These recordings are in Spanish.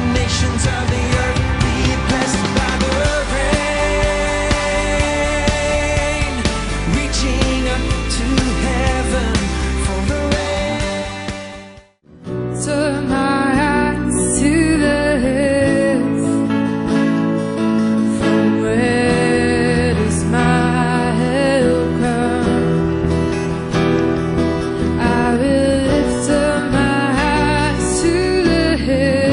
ends of the earth be blessed by the rain, reaching up to heaven for the rain. Turn my eyes to the hills. From where does my help come? I will lift up my eyes to the hills.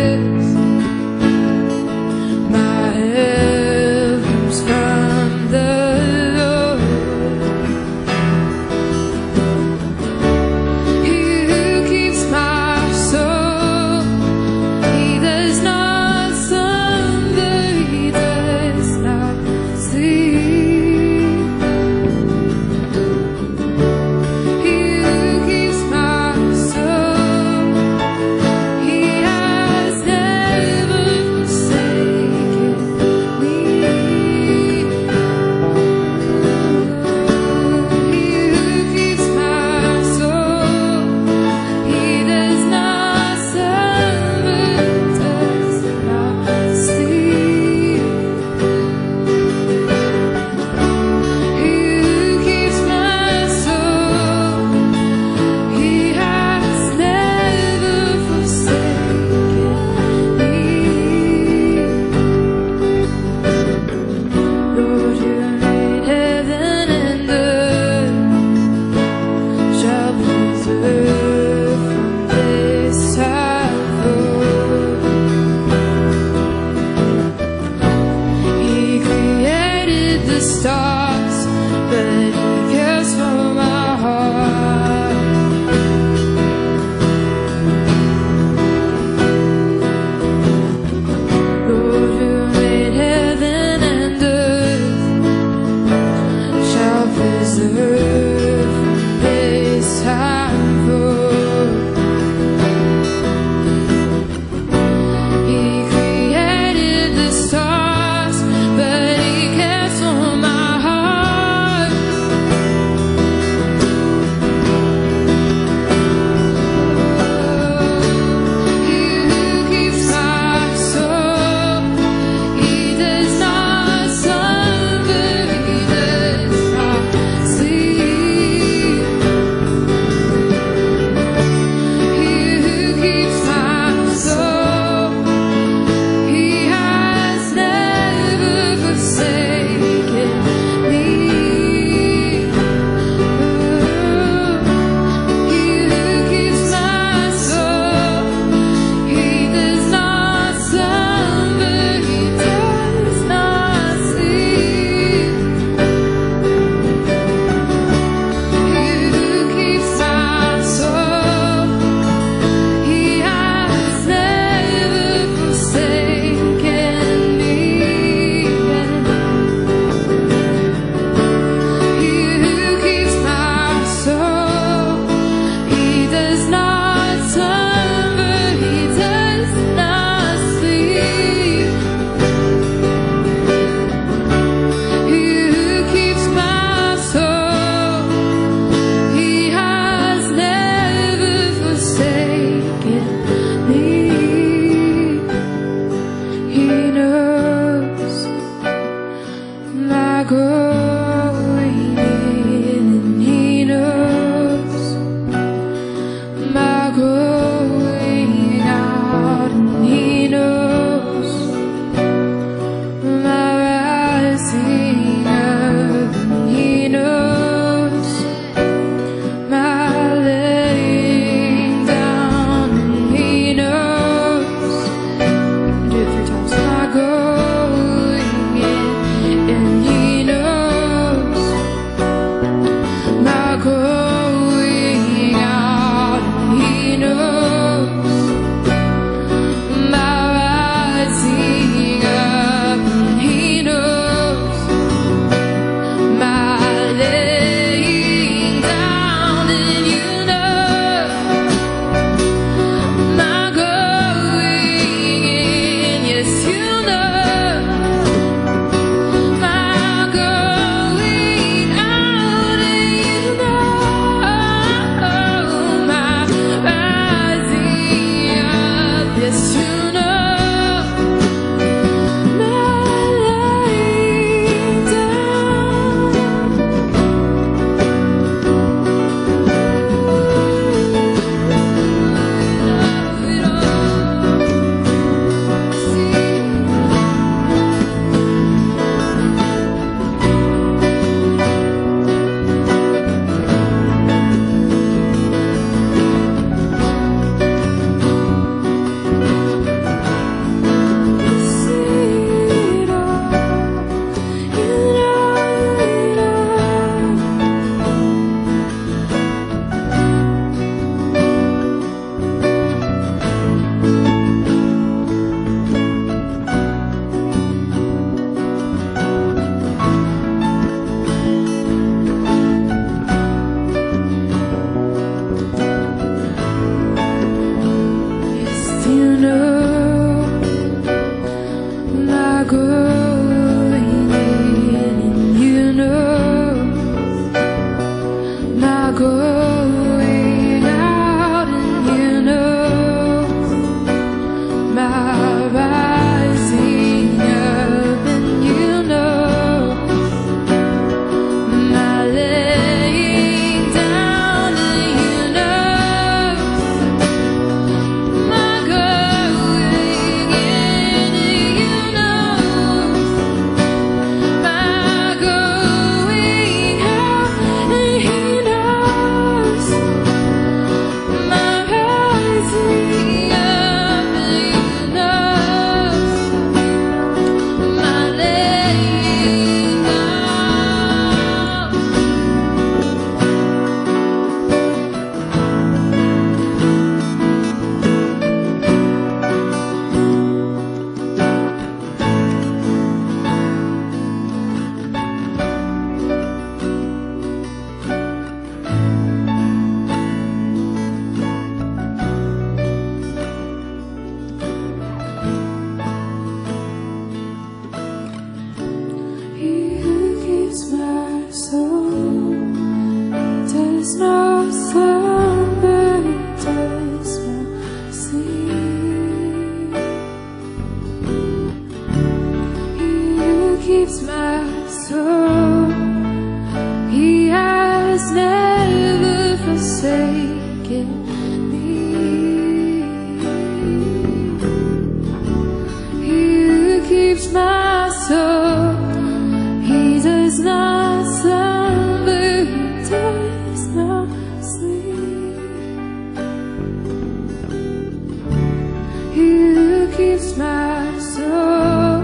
keeps my soul.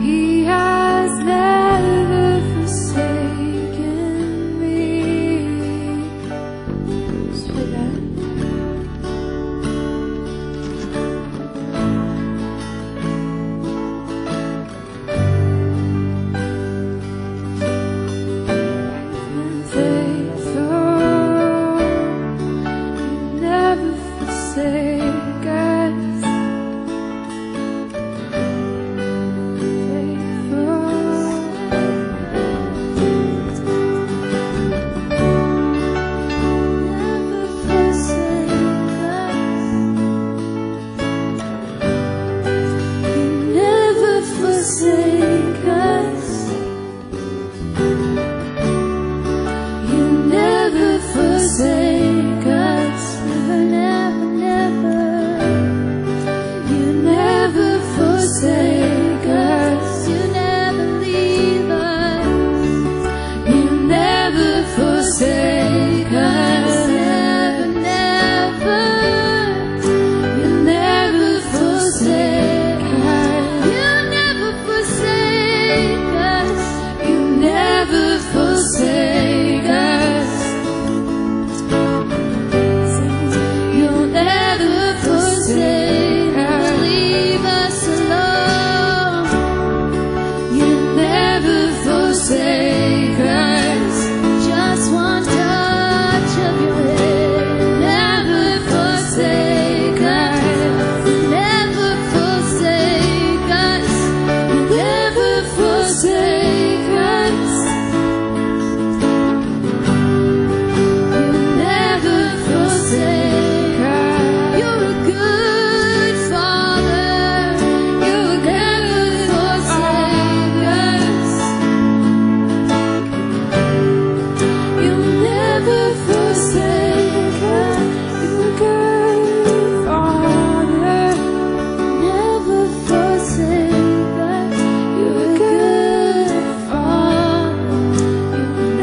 He has never forsaken me. Just play that. Forsake us. You never forsake us, never, never, never. You never forsake us, you never leave us. You never forsake us, never, never. You never forsake us. You never forsake us. You never forsake us. You'll never forsake us. Leave us alone. You never forsake us. Just one touch of your hand. Never forsake us. Never forsake us. Never forsake us. never forsake us. You're a good father. You never forsake us. You never forsake us. You're a good father. Never forsake us. You're a good father.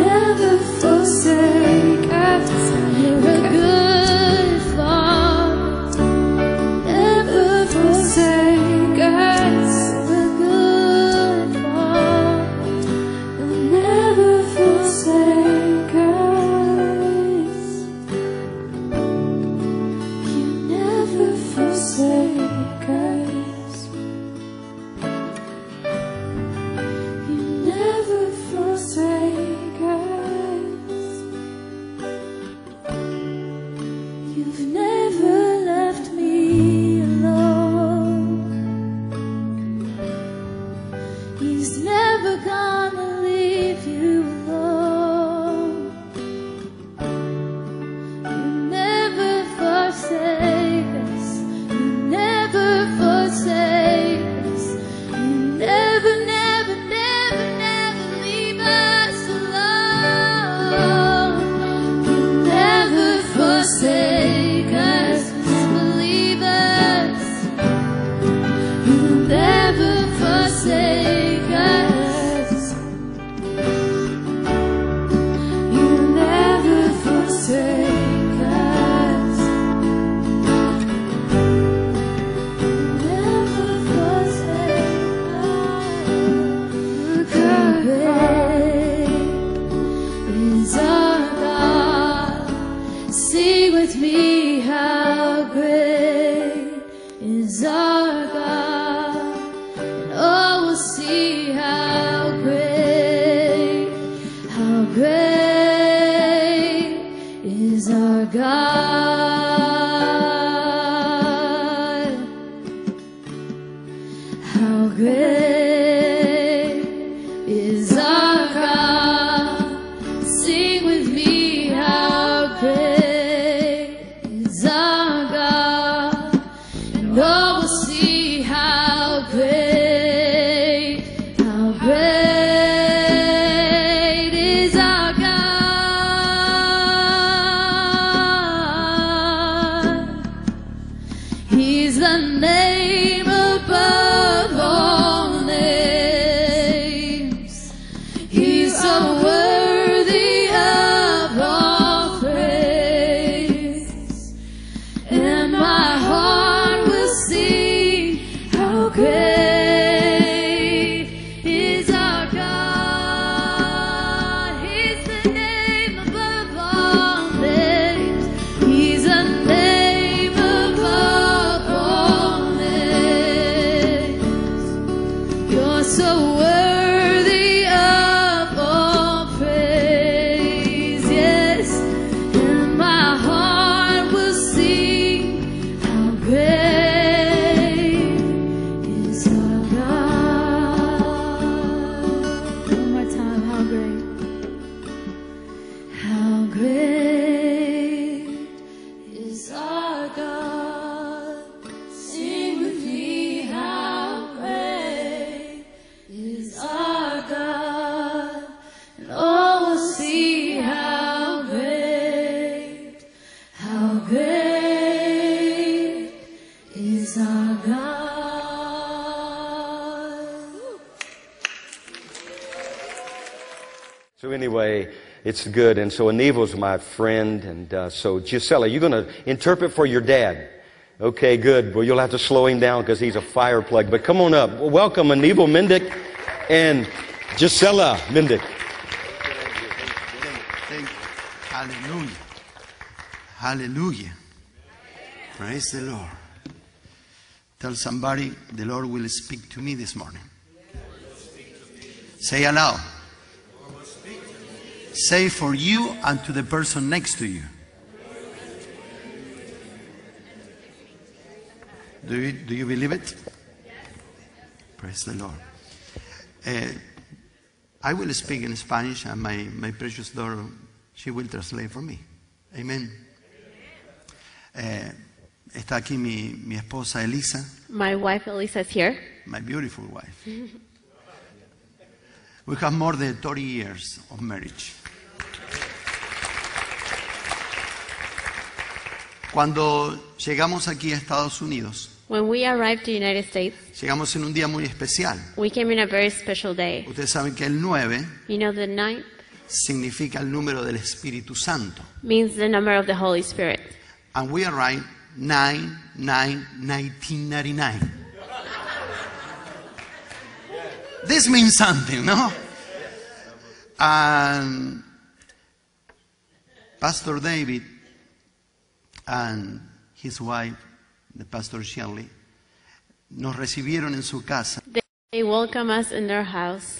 Never forsake us. You're a good father. Never forsake us. You're a good father. You'll never forsake us. You never forsake us. You never forsake us. You've never left me alone. He's never gonna leave you alone. You never forsake us. You never forsake us. You never, never, never, never leave us alone. You never forsake us. Believe us. You never forsake us. You'll never forsake us. Never forsake us. Great is our God. Sing with me, how great is our God. Oh, we'll see how great, how great is our God. How great is our God? Sing with me, how great is our God? And all will see how great, how great is our God. He's the name above all names. He's so worthy of all praise. And my heart will sing Great is our God. He's the name above all names. He's a name above all names. You're so worthy of all praise, yes. And my heart will sing how great is our God. One more time, how great, how great is our God. Sing with me, how great is our God. And all will Oh, see how great, how great is our God. So anyway, it's good. And so Aneva's my friend. And uh, so Gisela, you're going to interpret for your dad. Okay, good. Well, you'll have to slow him down because he's a fire plug. But come on up. Well, welcome Aneva Mendick and Gisela Mendick. Thank you. Hallelujah. Hallelujah. Praise the Lord. Tell somebody the Lord will speak to me this morning. Say aloud. Say for you and to the person next to you. Do you, do you believe it? Praise the Lord. Eh, I will speak in Spanish and my, my precious daughter, she will translate for me. Amen. Eh, está aquí mi, mi esposa Elisa, My wife Elisa is here. my beautiful wife. We have more than 30 years of marriage. Cuando llegamos aquí a Estados Unidos, When we arrived to the United States, llegamos en un día muy especial. we came in a very special day. Ustedes saben que el 9 You know, the ninth significa el número del Espíritu Santo. means the number of the Holy Spirit. and we arrived 9 9 1999. This means something, no? And Pastor David and his wife, the Pastor Shirley, nos recibieron en su casa. They, they welcome us in their house.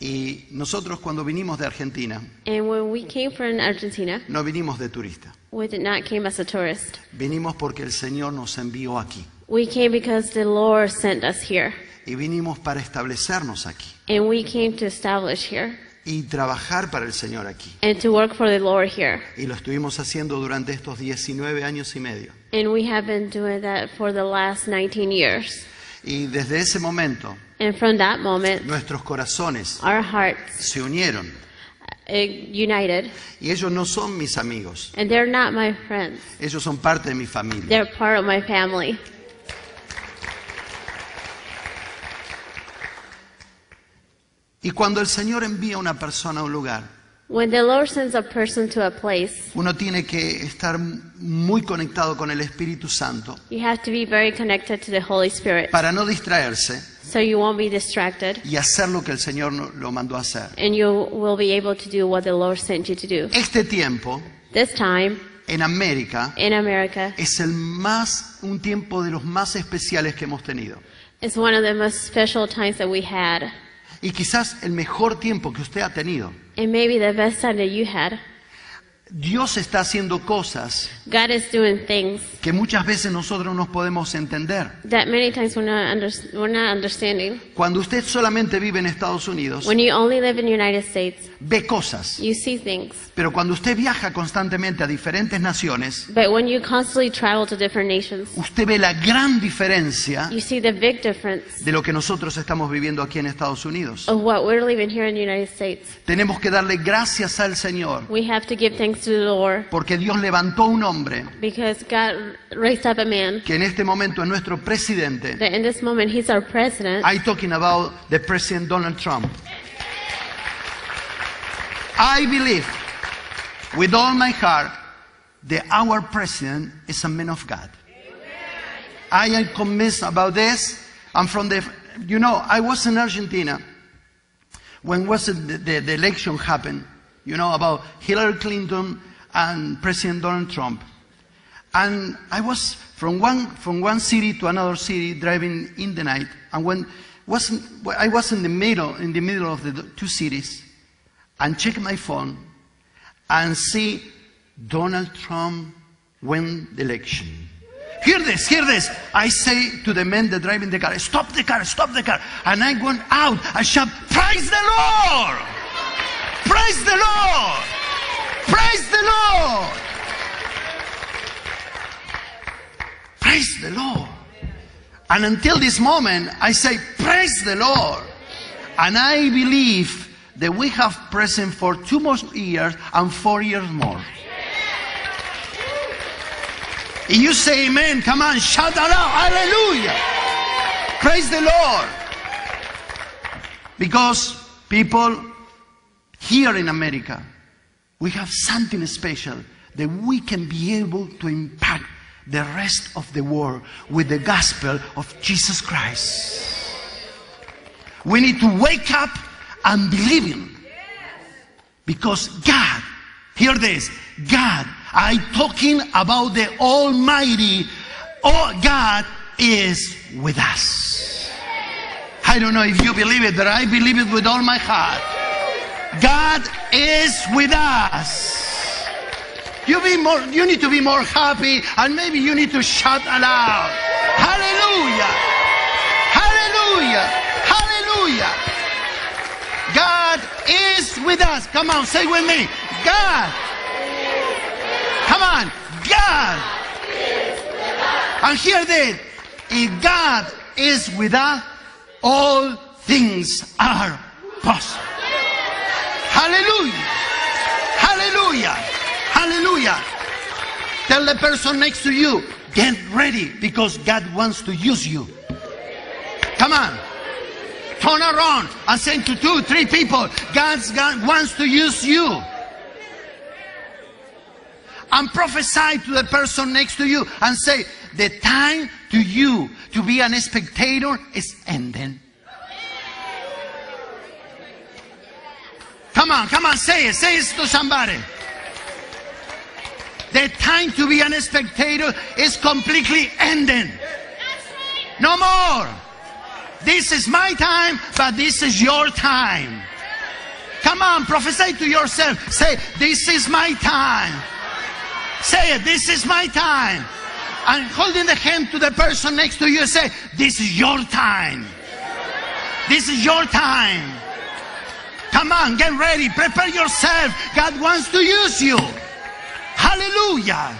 Y nosotros cuando vinimos de Argentina, And when we came from Argentina, no vinimos de turista. we did not came as a tourist. Vinimos porque el Señor nos envió aquí. We came because the Lord sent us here. Y vinimos para establecernos aquí. And we came to establish here y trabajar para el Señor aquí. and to work for the Lord here. Y lo estuvimos haciendo durante estos 19 años y medio. And we have been doing that for the last 19 years. Y desde ese momento And from that moment, nuestros corazones our hearts se unieron. uh, united. Y ellos no son mis amigos, And they're not my friends. ellos son parte de mi familia. They're part of my family. Y cuando el Señor envía a una persona a un lugar, When the Lord sends a person to a place, uno tiene que estar muy conectado con el Espíritu Santo you have to be very connected to the Holy Spirit para no distraerse so you won't be distracted y hacer lo que el Señor no- lo mandó a hacer. and you will be able to do what the Lord sent you to do. Este tiempo This time en América in America es el más un tiempo de los más especiales que hemos tenido. is one of the most special times that we had Y quizás el mejor tiempo que usted ha tenido. and maybe the best time that you had. Dios está haciendo cosas God is doing things que muchas veces nosotros no podemos entender. that many times we're not, under, we're not understanding. Cuando usted solamente vive en Estados Unidos, When you only live in the United States, ve cosas. you see things. Pero cuando usted viaja constantemente a diferentes naciones, But when you constantly travel to different nations, usted ve la gran diferencia you see the big difference de lo que nosotros estamos viviendo aquí en Estados Oh. Unidos. of what we're living here in the United States. Tenemos que darle gracias al Señor We have to give thanks to the Lord porque Dios levantó un hombre because God raised up a man que en este momento es nuestro presidente that in this moment he's our president. I'm talking about the President Donald Trump. I believe with all my heart that our president is a man of God. I am convinced about this I'm from the, you know, I was in Argentina when was it the, the, the election happened, you know, about Hillary Clinton and President Donald Trump. And I was from one, from one city to another city driving in the night. And when was, I was in the middle, in the middle of the two cities and check my phone and see Donald Trump win the election. Hear this, hear this. I say to the men that driving the car, stop the car, stop the car. And I went out, I shout, praise the Lord! Praise the Lord! Praise the Lord! Praise the Lord. And until this moment, I say, Praise the Lord. And I believe that we have present for two more years and four years more. If you say amen, come on, shout that out. Hallelujah. Praise the Lord. Because people here in America, we have something special that we can be able to impact the rest of the world with the gospel of Jesus Christ. We need to wake up and believe Him. Because God, hear this, God, I talking about the Almighty, oh God is with us. I don't know if you believe it, but I believe it with all my heart. God is with us. You be more you need to be more happy and maybe you need to shout aloud. Hallelujah! Hallelujah! Hallelujah! God is with us. Come on, say with me. God. Come on. God. And hear this. If God is with us, all things are possible. Hallelujah. Hallelujah. Hallelujah. Tell the person next to you, get ready because God wants to use you. Come on. Turn around and say to two, three people, God's God wants to use you. And prophesy to the person next to you and say, the time to you to be an spectator is ending. Come on, come on, say it, say it to somebody. The time to be an spectator is completely ending. No more. This is my time, but this is your time. Come on, prophesy to yourself. Say, this is my time. Say it, this is my time. And holding the hand to the person next to you, say, this is your time. This is your time. Come on, get ready, prepare yourself. God wants to use you. Hallelujah.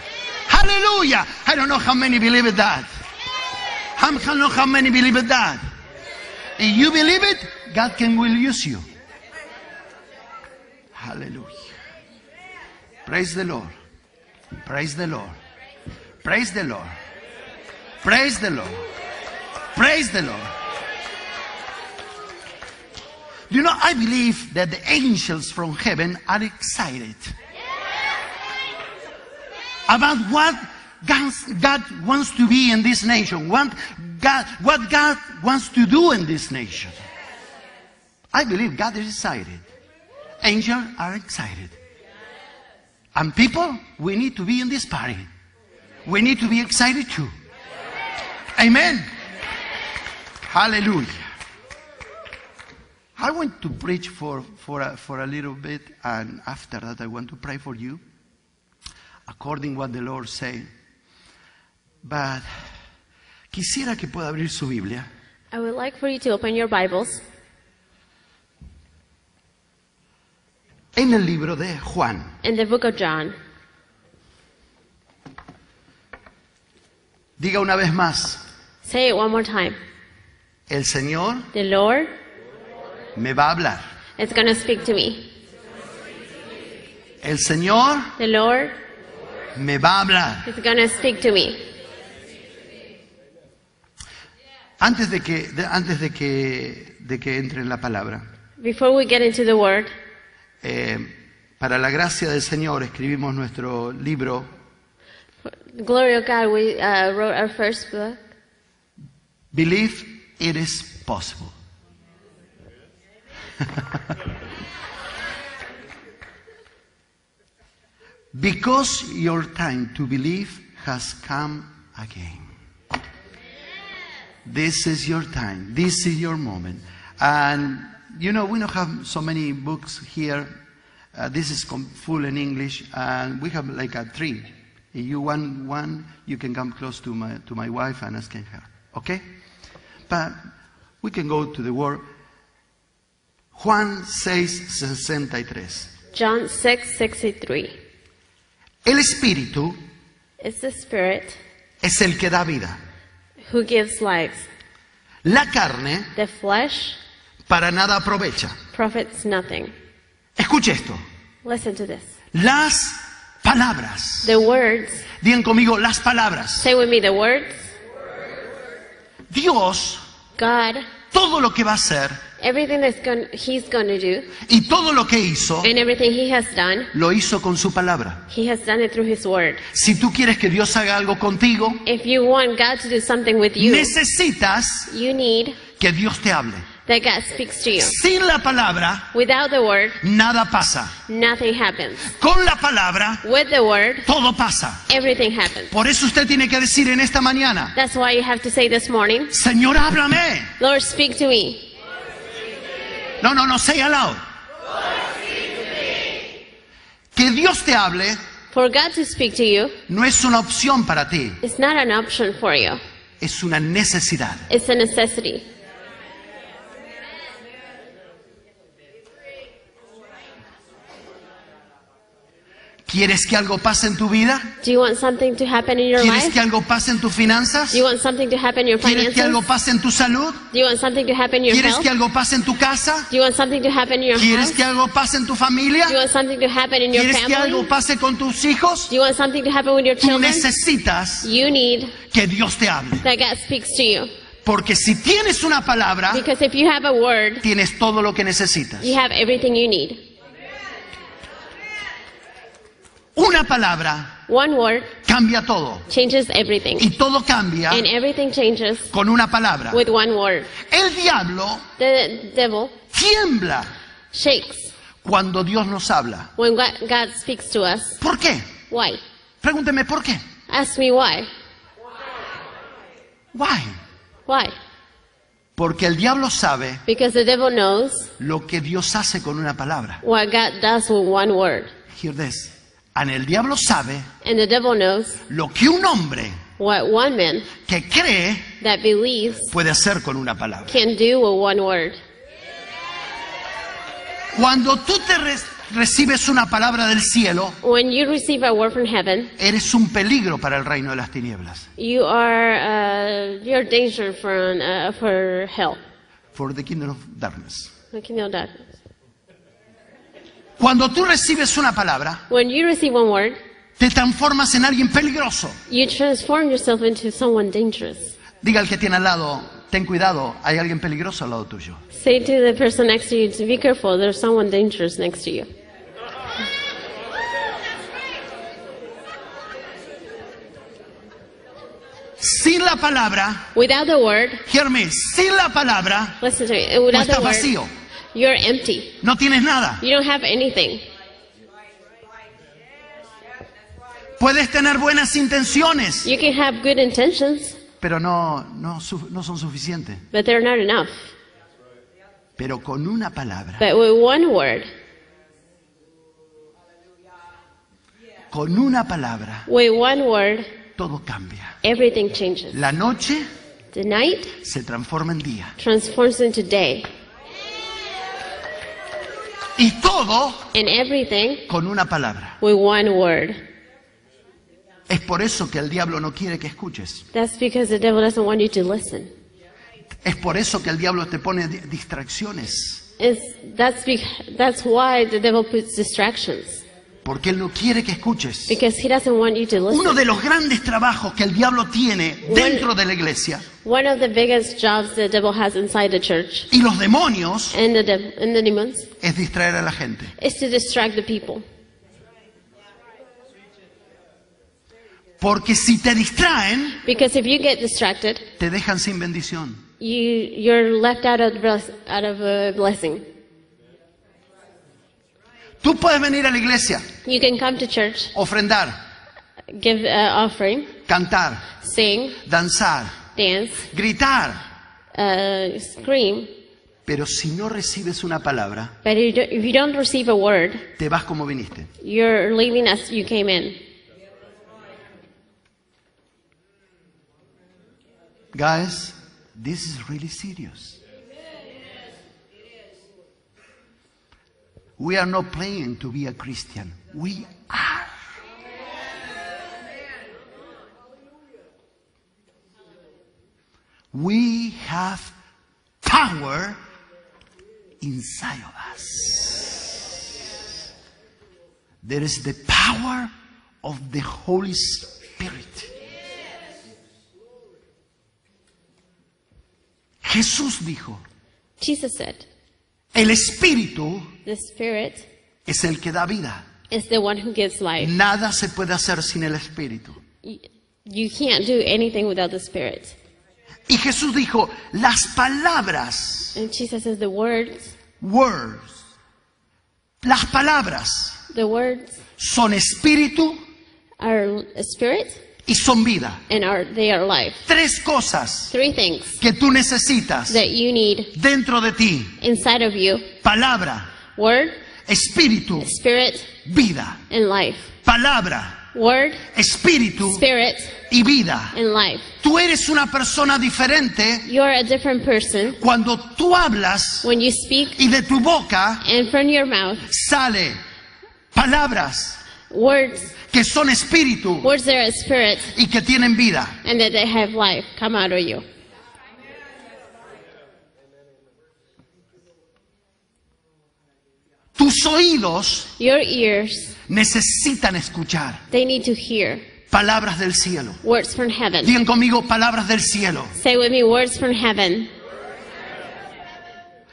Hallelujah. I don't know how many believe it that. How- I don't know how many believe it that. If you believe it, God can will use you. Hallelujah. Praise the Lord. Praise the Lord. Praise the Lord. Praise the Lord. Praise the Lord. You know, I believe that the angels from heaven are excited about what God, God wants to be in this nation, what God, what God wants to do in this nation. I believe God is excited. Angels are excited. And people, we need to be in this party. We need to be excited too. Amen. Hallelujah. I want to preach for, for, a, for a little bit, and after that, I want to pray for you, according what the Lord said. But quisiera que pueda abrir su Biblia I would like for you to open your Bibles en el libro de Juan, in the book of John. Diga una vez más, Say it one more time. el Señor The Lord me va a hablar. is going to speak to me. El Señor The Lord me va a hablar. is going to speak to me. Antes de que, de- antes de que, de que entre en la palabra, Before we get into the word, eh, para la gracia del Señor escribimos nuestro libro for the glory of God, we uh, wrote our first book, Believe it is possible. because your time to believe has come again. This is your time. This is your moment. And you know, we don't have so many books here. Uh, this is com- full in English, and we have like a three. If you want one, you can come close to my to my wife and ask her. Okay? But we can go to the word. Juan 6:63. John 6 63. El Espíritu It's the Spirit es el que da vida. who gives life. La carne The flesh para nada aprovecha. profits nothing. Escuche esto. Listen to this. Las palabras. The words, Digan conmigo las palabras. say with me the words. Dios, God, todo lo que va a hacer everything that's going, He's going to do y todo lo que hizo, and everything He has done, lo hizo con su palabra. He has done it through His word. Si tú quieres que Dios haga algo contigo, If you want God to do something with you, necesitas you need que Dios te hable. that God speaks to you. Sin la palabra, Without the word, nada pasa. nothing happens. Con la palabra, With the word, todo pasa. everything happens. Por eso usted tiene que decir en esta mañana, That's why you have to say this morning, Señor, háblame. Lord, speak to me. No, no, no, say aloud. Que Dios te hable For God to speak to you no es una opción para ti, is not an option for you, es una necesidad. it's a necessity. ¿Quieres que algo pase en tu vida? Do you want something to happen in your ¿Quieres life? que algo pase en tus finanzas? Do you want something to happen in your ¿Quieres que algo finances? pase en tu salud? Do you want something to happen in your ¿Quieres health? que algo pase en tu casa? Do you want something to happen in your ¿Quieres house? que Do algo pase en tu familia? you want something to happen in your ¿Quieres que algo family? pase con tus hijos? Do you want something to happen with your Tú children? necesitas You need que Dios te hable. that God speaks to you. Porque si tienes una palabra, Because if you have a word, tienes todo lo que necesitas. you have everything you need. Una palabra One word cambia todo. changes everything. Y todo cambia And everything changes con una palabra. with one word. El diablo The devil tiembla shakes cuando Dios nos habla. when God God speaks to us. ¿Por qué? Why? Pregúnteme por qué. Ask me why. Why? Why? Porque el diablo sabe Because the devil knows lo que Dios hace con una palabra. what God does with one word. Hear this. And el diablo sabe And the devil knows lo que un hombre what one man que cree that believes puede hacer con una palabra. can do with one word. Cuando tú te re- recibes una palabra del cielo, When you receive a word from heaven, eres un peligro para el reino de las tinieblas. you are uh, you're danger from uh, for hell, For the kingdom of darkness. the kingdom of darkness. Cuando tú recibes una palabra, When you receive one word, te transformas en alguien peligroso. you transform yourself into someone dangerous. Diga al que tiene al lado, ten cuidado, hay alguien peligroso al lado tuyo. Say to the person next to you to be careful. There's someone dangerous next to you. Sin la palabra, Without the word, hear me, sin la palabra, listen to me. no Without estás the word, vacío, you're empty. no tienes nada. You don't have anything. Puedes tener buenas intenciones, You can have good intentions, pero no, no, su- no son suficientes. but they're not enough. Pero con una palabra, But with one word, con una palabra, with one word, todo cambia. everything changes. La noche The night se transforma en día. transforms into day, Y todo and everything con una palabra. with one word. Es por eso que el diablo no quiere que escuches. That's because the devil doesn't want you to listen. Es por eso que el diablo te pone di- distracciones. It's, that's, be, that's why the devil puts distractions, Porque él no quiere que escuches. because he doesn't want you to Uno listen. de los grandes trabajos que el diablo tiene dentro de la iglesia One of the biggest jobs the devil has inside the church y los demonios and the, de- and the demons es distraer a la gente. is to distract the people. Porque si te distraen, Because if you get distracted, te dejan sin bendición. you you're left out of bless, out of a blessing. Tú puedes venir a la iglesia, You can come to church, ofrendar, give an offering, cantar, sing, danzar, dance, gritar, uh, scream, pero si no recibes una palabra, but you don't- if you don't receive a word, te vas como viniste. you're leaving as you came in. Guys, this is really serious. We are not playing to be a Christian. We are. We have power inside of us. There is the power of the Holy Spirit. Jesús dijo, Jesus said, el Espíritu "The Spirit es el que da vida. is the one who gives life. Nada se puede hacer sin el Espíritu. You, you can't do anything without the Spirit." Y Jesús dijo, las palabras, And Jesus says, "The words, words, las palabras the words son Espíritu are a spirit, y son vida. and are they are life. Tres cosas Three things que tú necesitas that you need dentro de ti. inside of you: Palabra, word, Espíritu, spirit, vida. and life. Palabra, Word, Espíritu spirit, y vida. and life. Tú eres una persona diferente You're a different person cuando tú hablas when you speak, y de tu boca and from your mouth, sale palabras words, que son espíritu words that are spirit, y que tienen vida. and that they have life come out of you." Tus oídos Your ears, necesitan escuchar they need to hear palabras del cielo. words from heaven. Digan conmigo palabras del cielo. Say with me, words from heaven.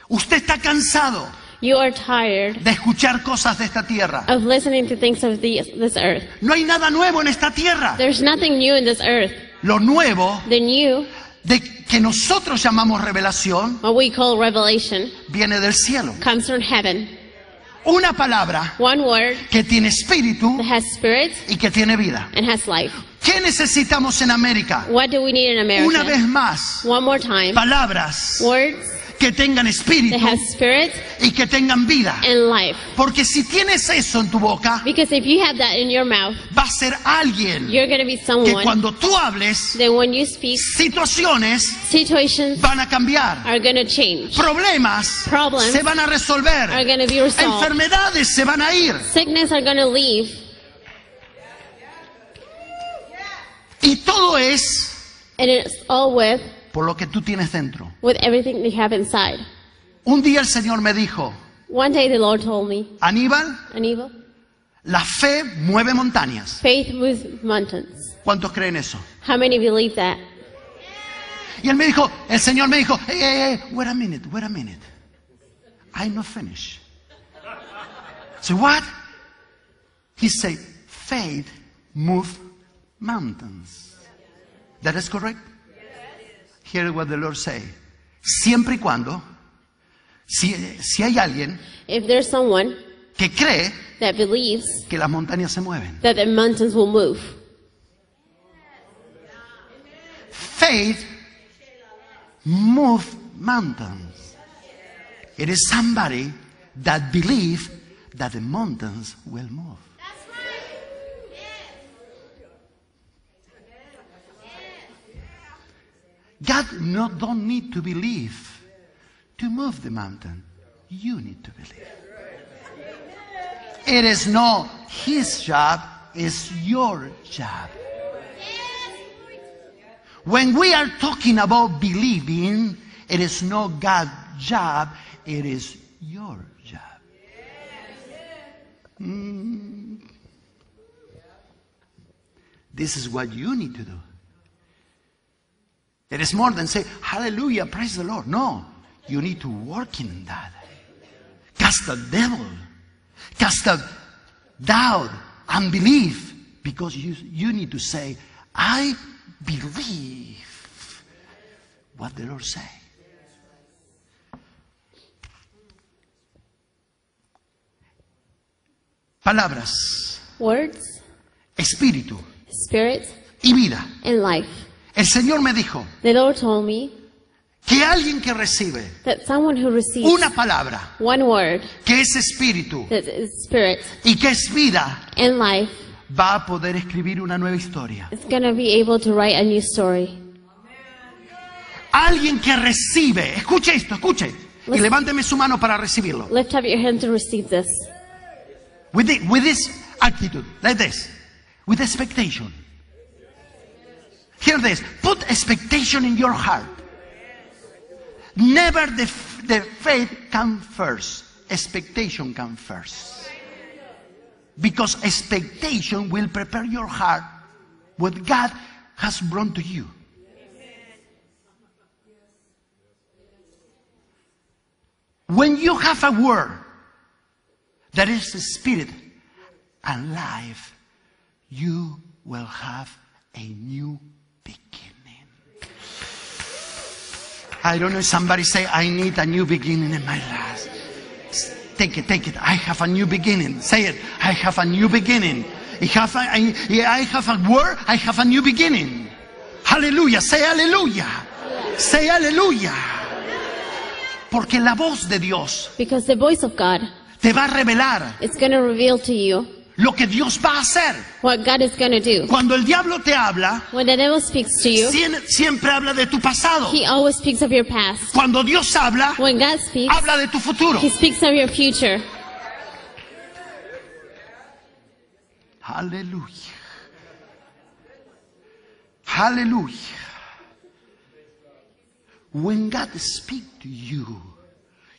Usted está cansado You are tired de escuchar cosas de esta tierra. of listening to things of the, this earth. No hay nada nuevo en esta tierra. There's nothing new in this earth. Lo nuevo The new, de que nosotros llamamos revelación what we call revelation, viene del cielo. comes from heaven. Una palabra One word que tiene espíritu that has spirit y que tiene vida. and has life. ¿Qué necesitamos en América? What do we need in Una America? vez más, One more time. palabras Words que tengan espíritu that have spirit y que tengan vida. and life. Porque si tienes eso en tu boca, Because if you have that in your mouth, va a ser alguien you're going to be que someone cuando tú hables, that when you speak, situaciones situations van a cambiar. are going to change. Problemas Problems se van a Are resolver. going to be resolved. Enfermedades se van a ir. Sickness are going to leave. Y todo es And it's all with por lo que tú tienes dentro. with everything they have inside. Un día el Señor me dijo, One day the Lord told me, Aníbal, Aníbal, la fe mueve montañas. faith moves mountains. ¿Cuántos creen eso? How many believe that? Y él me dijo, el Señor me dijo, hey, hey, hey, wait a minute, wait a minute. I'm not finished. So what? He said, faith move mountains. That is correct? Hear what the Lord say. Siempre y cuando, si, si hay alguien If there's someone que cree that believes que las montañas se mueven. that the mountains will move, Faith move mountains. It is somebody that believe that the mountains will move. God no, don't need to believe to move the mountain. You need to believe. It is not his job, it's your job. When we are talking about believing, it is not God's job, it is your job. Mm. This is what you need to do. It is more than say, Hallelujah, praise the Lord. No, you need to work in that. Cast the devil, cast the doubt, unbelief, because you, you need to say, I believe what the Lord say. Palabras, words, espíritu spirit, y vida. and life. El Señor me dijo The Lord told me que alguien que recibe that someone who receives una palabra one word que es espíritu that is spirit y que es vida and life va a poder escribir una nueva historia. is going to be able to write a new story. Alguien que recibe, escuche esto, escuche. Y levánteme su mano para recibirlo. Lift up your hand to receive this. With, thi- with this attitude, like this. With expectation. Hear this. Put expectation in your heart. Never the, f- the faith come first. Expectation come first. Because expectation will prepare your heart what God has brought to you. When you have a word that is the spirit and life, you will have a new beginning. I don't know, somebody say, I need a new beginning in my life. S- Take it, take it. I have a new beginning. Say it. I have a new beginning. I have a, I, I have a word. I have a new beginning. Hallelujah. Say hallelujah. Say hallelujah. Porque la voz de Dios Because the voice of God te va a revelar is going to reveal to you lo que Dios va a hacer. what God is going to do. Cuando el diablo te habla, When the devil speaks to you, sien- siempre habla de tu pasado. he always speaks of your past. Cuando Dios habla, When God speaks, habla de tu futuro. he speaks of your future. Aleluya. Aleluya. When God speaks to you,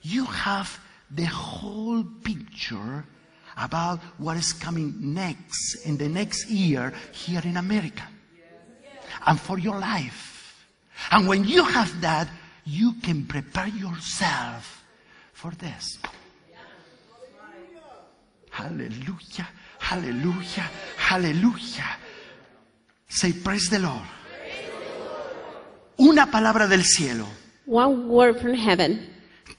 you have the whole picture about what is coming next in the next year here in America and for your life. And when you have that, you can prepare yourself for this. Hallelujah, hallelujah, hallelujah. Say, praise the Lord. Una palabra del cielo One word from heaven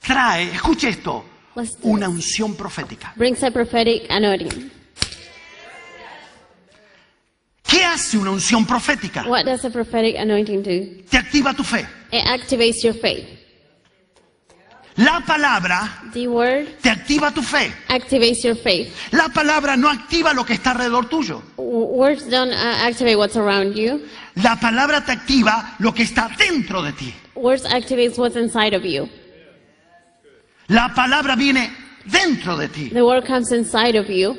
trae, escuche esto, Let's do una this. unción profética. brings a prophetic anointing. ¿Qué hace una unción profética? What does a prophetic anointing do? Te activa tu fe. It activates your faith. La palabra The word te activa tu fe. activates your faith. La palabra no activa lo que está alrededor tuyo. W- Words don't uh, activate what's around you. La palabra te activa lo que está dentro de ti. Words activates what's inside of you. La palabra viene dentro de ti The word comes inside of you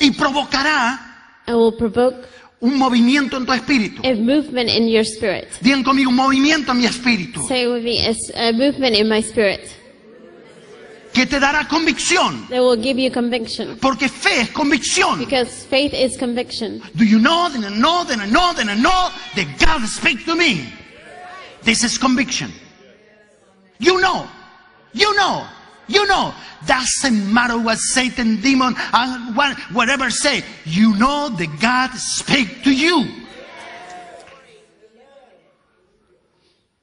y provocará and will provoke un movimiento en tu espíritu. a movement in your spirit. Digan conmigo un movimiento en mi espíritu Say with me, it's a movement in my spirit que te dará convicción, that will give you conviction. porque fe es convicción. Because faith is conviction. Do you know, then I know, then I know, then I know that God speaks to me. This is conviction. You know, you know, you know. Doesn't matter what Satan, demon, and what, whatever say. You know that God speaks to you.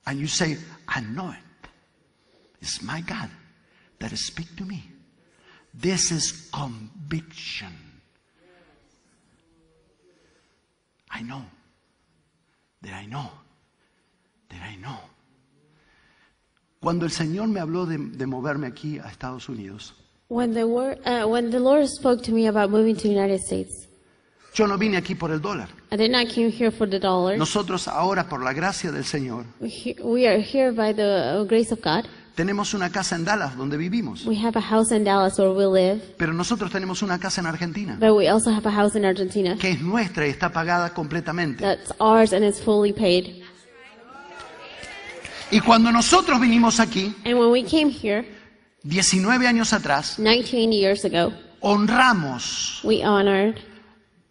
And you say, I know it. It's my God that speaks to me. This is conviction. I know that I know that I know. Cuando el Señor me habló de, de moverme aquí a Estados Unidos, When the, word, uh, when the Lord spoke to me about moving to the United States, yo no vine aquí por el dólar. I did not come here for the dollar. Nosotros ahora, por la gracia del Señor, We he- We are here by the uh, grace of God. tenemos una casa en Dallas donde vivimos, We have a house in Dallas where we live, pero nosotros tenemos una casa en Argentina but we also have a house in Argentina que es nuestra y está pagada completamente. that's ours and is fully paid. Y cuando nosotros vinimos aquí, And when we came here 19 años atrás, 19 years ago, honramos we honored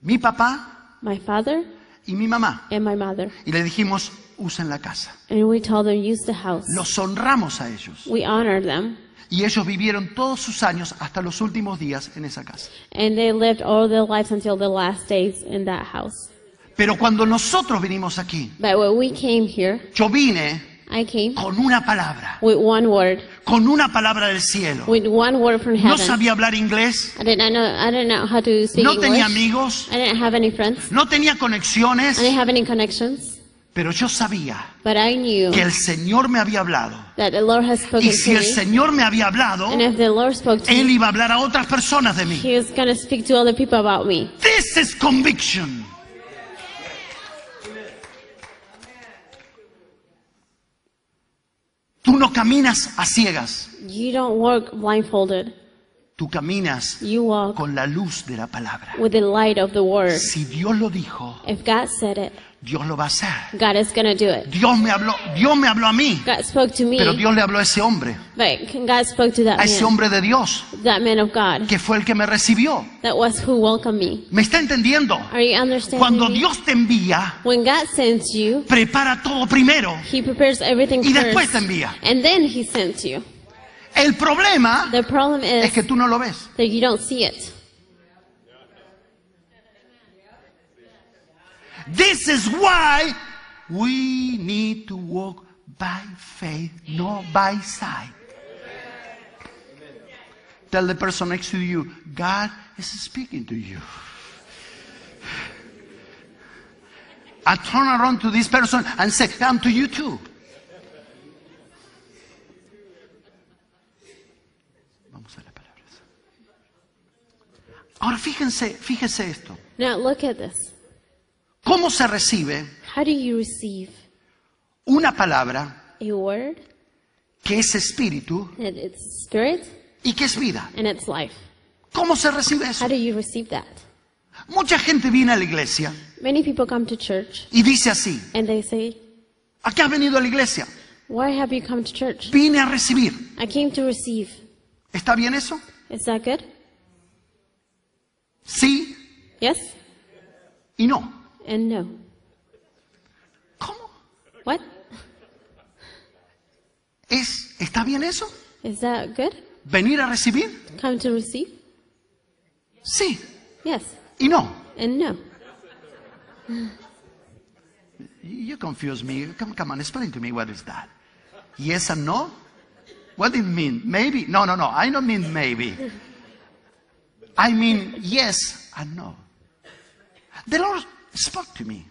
mi papá my father y mi mamá and my mother, y le dijimos, usen la casa. and we told them use the house. Los honramos a ellos. We honored them, Y ellos vivieron todos sus años hasta los últimos días en esa casa. and they lived all their lives until the last days in that house. Pero cuando nosotros vinimos aquí, But when we came here, yo vine I came con una palabra, with one word, con una palabra del cielo. with one word from No heaven. sabía hablar inglés, I didn't know. I didn't know how to speak no tenía English. amigos, I didn't have any friends. no tenía I didn't conexiones, have any connections. pero yo sabía But I knew que el Señor me había hablado. that the Lord has spoken Y si to el me. Señor me había hablado, And if the Lord spoke to Él me, iba a hablar a otras personas de mí. He was going to speak to other people about me. This is conviction. Tú no caminas a ciegas, You don't walk blindfolded. tú caminas You walk con la luz de la palabra. with the light of the Word. Si Dios lo dijo, If God said it, Dios lo va a hacer. God is going to do it. Dios me habló, Dios me habló a mí, God spoke to me, pero Dios le habló a ese hombre, but God spoke to that a ese man, hombre de Dios, that man of God. que fue el que me recibió. That was who welcomed me. ¿Me está entendiendo? Are you understanding? Cuando me? Dios te envía, When God sends you, prepara todo primero He prepares everything y después first, te envía. and then He sends you. El problema The problem es is que tú no lo ves. that you don't see it. This is why we need to walk by faith, not by sight. Tell the person next to you, God is speaking to you. I turn around to this person and say, I'm to you too. Vamos a las palabras. Ahora fíjense, fíjense esto. Now look at this. ¿Cómo se recibe How do you receive una palabra a word que es espíritu that it's spirit y que es vida. and it's life? ¿Cómo se recibe eso? How do you receive that? Mucha gente viene a la iglesia Many people come to church y dice así, and they say, ¿a qué has venido a la iglesia? "Why have you come to church? Vine a recibir. I came to receive." ¿Está bien eso? Is that good? Sí Yes y no. and no. ¿Cómo? What? ¿Es, ¿Está bien eso? Is that good? ¿Venir a recibir? Come to receive? Sí Yes y no. and no. You confuse me. Come, come on, explain to me what is that. Yes and no? What it mean? Maybe? No, no, no. I don't mean maybe. I mean yes and no. The Lord spoke to me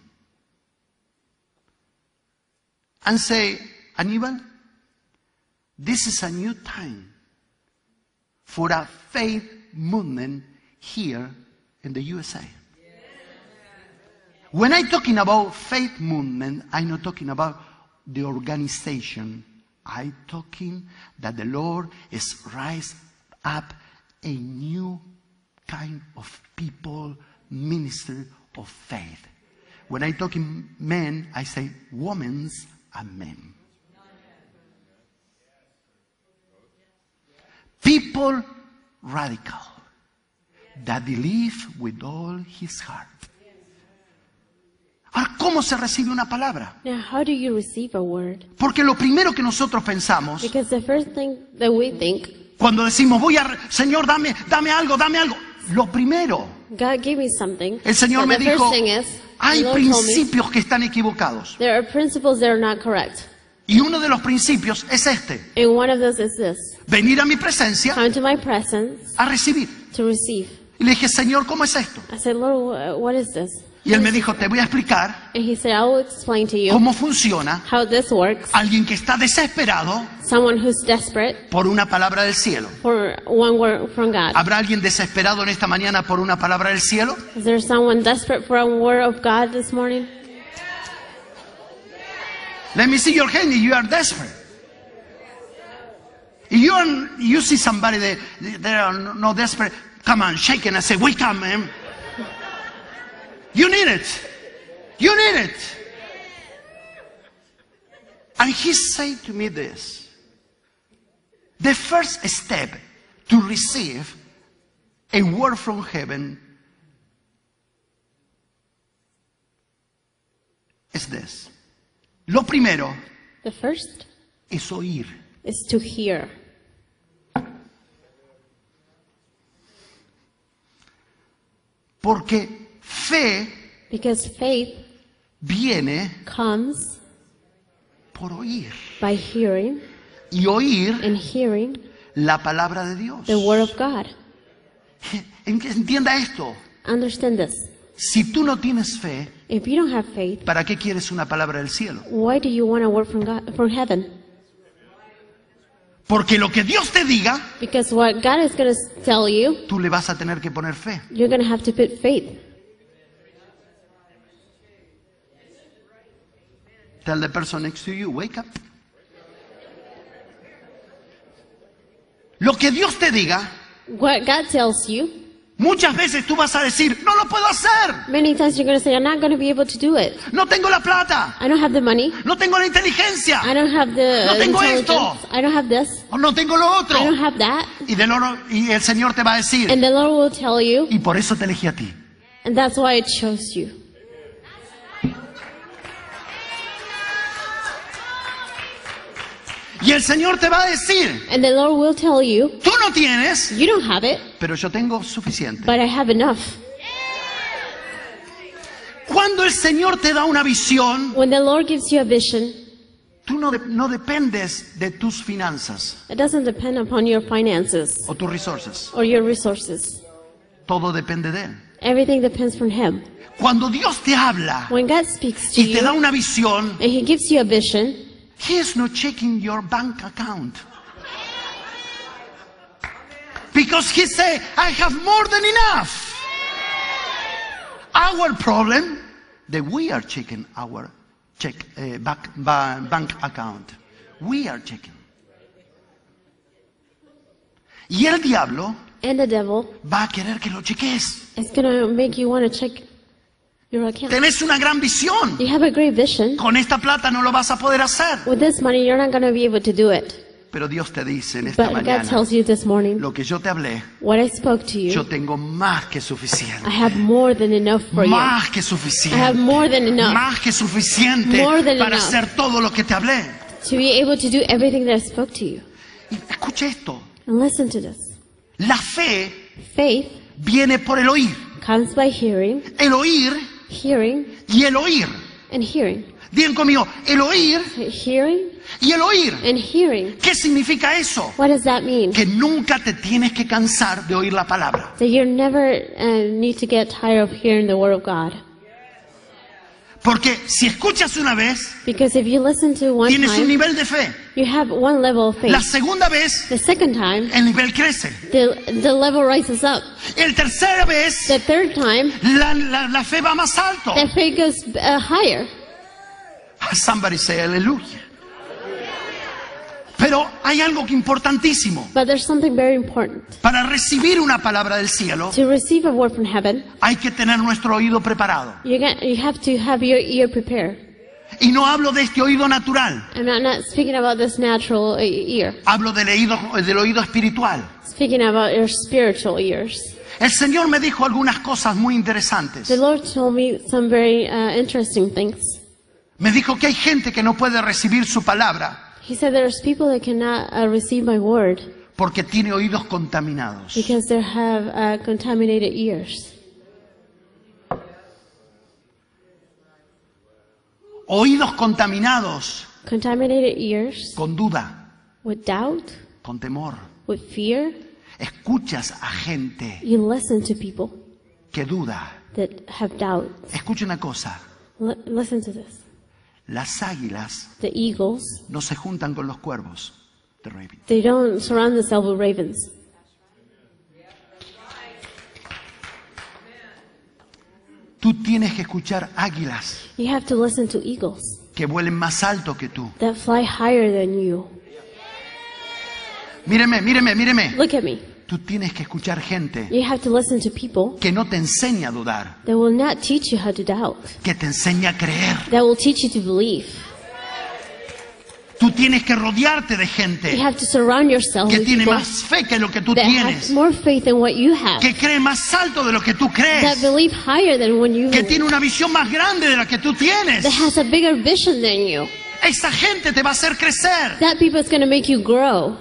and say, Aníbal, this is a new time for a faith movement here in the USA. When I'm talking about faith movement, I'm not talking about the organization. I'm talking that the Lord is rise up a new kind of people, minister of faith. When I'm talking men, I say women's and men. People radical that believe with all his heart. Ahora, ¿cómo se recibe una palabra? Now how do you receive a word? Porque lo primero que nosotros pensamos, Because the first thing that we think, cuando decimos, voy a, re- Señor, dame, dame algo, dame algo, lo primero, God gave me something. el Señor but me the first dijo, thing is, hay the Lord told me, principios que están equivocados. there are principles that are not correct. Y uno de los principios es este, And one of those is this. venir a mi presencia Come to my presence a recibir. to receive. Y le dije, Señor, ¿cómo es esto? I said, Lord, wh- what is this? Y él me dijo, te voy a explicar And he said, I will explain to you cómo funciona how this works. alguien que está desesperado Someone who's desperate por una palabra del cielo. for one word from God. ¿Habrá alguien desesperado en esta mañana por una palabra del cielo? Is there someone desperate for a word of God this morning? Let me see your hand if you are desperate. If you, are, you see somebody that they are not desperate, come on, shake it and say, wake up, man. You need it. You need it. And he said to me this. The first step to receive a word from heaven is this. Lo primero The first es oír. is to hear. Porque fe Because faith viene comes por oír. by hearing Y oír and hearing la palabra de Dios. the Word of God. En que entienda esto. Understand this. Si tú no tienes fe, If you don't have faith, ¿para qué quieres una palabra del cielo? why do you want a word from God, from heaven? Porque lo que Dios te diga, Because what God is going to tell you, tú le vas a tener que poner fe. you're going to have to put faith. Tell the person next to you, wake up. Lo que Dios te diga, What God tells you, muchas veces tú vas a decir, no lo puedo hacer, many times you're going to say, I'm not going to be able to do it. no tengo la plata, I don't have the money. no tengo la inteligencia, I don't have the No uh, tengo intelligence. esto. I don't have this. o no tengo lo otro. I don't have that. Y, del oro- y el Señor te va a decir, And the Lord will tell you, y por eso te elegí a ti. and that's why I chose you. Y el Señor te va a decir, And the Lord will tell you, tú no tienes, you don't have it, pero yo tengo suficiente. but I have enough. Cuando el Señor te da una visión, When the Lord gives you a vision, tú no, de- no dependes de tus finanzas it doesn't depend upon your finances o tus resources, or your resources. todo depende de Él. Everything depends from Him. Cuando Dios te habla When God speaks to y te da you una visión, and He gives you a vision, He is not checking your bank account. Because He say, I have more than enough. Our problem that we are checking our check, eh, back- ba- bank account. We are checking. Y el diablo and the devil va a querer que lo cheques. is going to make you want to check your account. Tenés una gran visión. You have a great vision. Con esta plata no lo vas a poder hacer. With this money, you're not going to be able to do it. Pero Dios te dice en esta But God mañana, tells you this morning, lo que yo te hablé, what I spoke to you, yo tengo más que I suficiente. have more than enough for you. I Más que have suficiente. more than enough Más que suficiente More than para enough. hacer todo lo que te hablé. to be able to do everything that I spoke to you. Y escucha esto. And listen to this. La fe Faith viene por el oír. comes by hearing, El oír hearing, y el oír. and hearing. Digan conmigo, el oír Hearing y el oír. and hearing. ¿Qué significa eso? What does that mean? Que nunca te tienes que cansar de oír la palabra. That you never uh, need to get tired of hearing the Word of God. Porque si escuchas una vez, Because if you listen to one tienes un time, nivel de fe. you have one level of La faith. segunda vez, The second time, el nivel crece. the, the level rises up. El tercera vez, The third time, la, la- la fe va más alto. the faith goes uh, higher. Ah, Somebody say aleluya. Pero hay algo que importantísimo. But there's something very important. Para recibir una palabra del cielo, To receive a word from heaven, hay que tener nuestro oído preparado. you, get, you have to have your ear prepared. Y no hablo de este oído natural, I'm not, not speaking about this natural uh, ear, hablo del oído, del oído espiritual. speaking about your spiritual ears. El Señor me dijo algunas cosas muy interesantes. The Lord told me some very uh, interesting things. Me dijo que hay gente que no puede recibir su palabra He said there's people that cannot uh, receive my word porque tiene oídos contaminados. because they have uh, contaminated ears. Oídos contaminados Contaminated ears con duda, with doubt, con temor. with fear. Escuchas a gente You listen to people que duda. that have doubt. Escucha una cosa, L- listen to this. las águilas The eagles, no se juntan con los cuervos. The raven. they don't surround themselves with ravens. Tú tienes que escuchar águilas You have to listen to eagles que vuelen más alto que tú. that fly higher than you. Míreme, míreme, míreme. Look at me. Tú tienes que escuchar gente You have to listen to people que no te enseña a dudar, that will not teach you how to doubt, que te enseña a creer. that will teach you to believe. Tú tienes que rodearte de You gente have to surround yourself que with tiene people más fe que lo que tú that have tienes, more faith than what you have, que cree más alto de lo que tú that crees, believe higher than when you que tiene una visión más grande de la que tú tienes. that has a bigger vision than you. Esa gente te va a hacer crecer. That people is going to make you grow.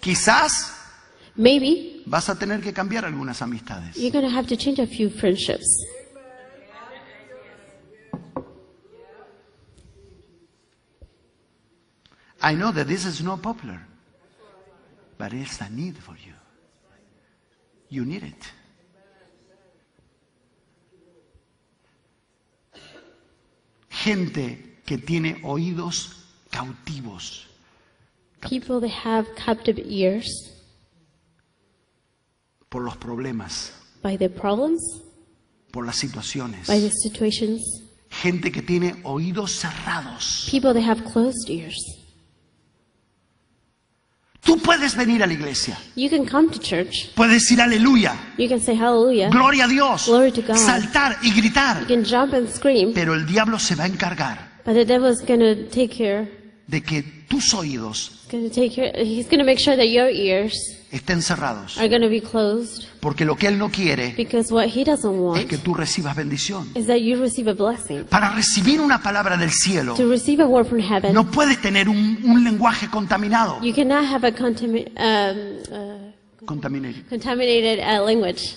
Quizás Maybe vas a tener que cambiar algunas amistades. you're going to have to change a few friendships. I know that this is not popular, but it's a need for you. You need it. Gente que tiene oídos cautivos. People that have captive ears por los problemas, by their problems, por las situaciones. by the situations. Gente que tiene oídos cerrados. People that have closed ears. Tú puedes venir a la iglesia, You can come to church. puedes decir aleluya, You can say hallelujah. gloria a Dios, Glory to God. saltar y gritar, You can jump and scream. pero el diablo se va a encargar But the devil's gonna take care. de que tus oídos Gonna take care. He's gonna make sure that your ears estén cerrados, are gonna be closed porque lo que él no quiere because what he doesn't es que want tú recibas bendición. is that you receive a blessing. Para recibir una palabra del cielo, To receive a word from heaven, no puedes tener un, un lenguaje contaminado. you cannot have a contami- um, Contaminado. uh, contaminated uh, language.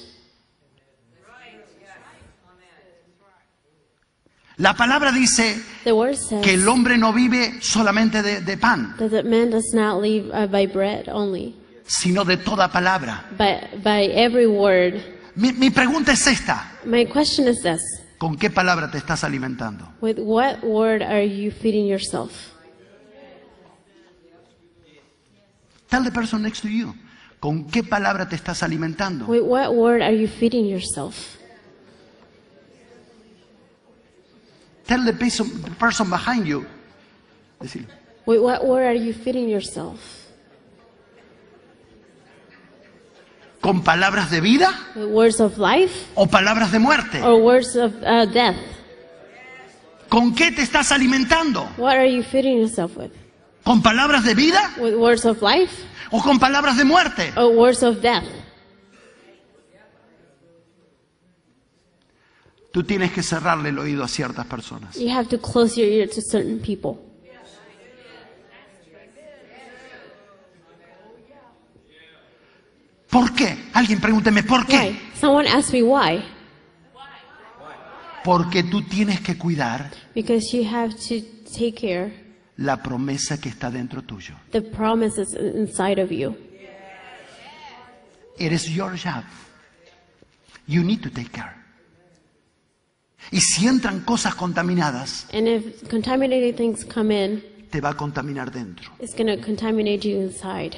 La palabra dice The word que el says hombre no vive solamente de- de pan, that the man does not live uh, by bread only, sino de toda palabra. but by every word. Mi, mi pregunta es esta. My question is this: ¿Con qué palabra te estás alimentando? With what word are you feeding yourself? Tell the person next to you. ¿Con qué palabra te estás alimentando? With what word are you feeding yourself? Tell the person, the person behind you. Decilo. With what word are you feeding yourself? ¿Con palabras de vida With words of life o palabras de muerte? or words of uh, death? ¿Con qué te estás alimentando? What are you feeding yourself with? ¿Con palabras de vida With words of life o con palabras de muerte? or words of death? Tú tienes que cerrarle el oído a ciertas personas. You have to close your ear to certain people. ¿Por qué? Alguien pregúnteme, ¿por Why? qué? Someone asked me why. Porque tú tienes que cuidar Because you have to take care la promesa que está dentro tuyo. the promises inside of you. It is your job. You need to take care. Y si entran cosas contaminadas, And if contaminated things come in, te va a contaminar dentro. it's going to contaminate you inside.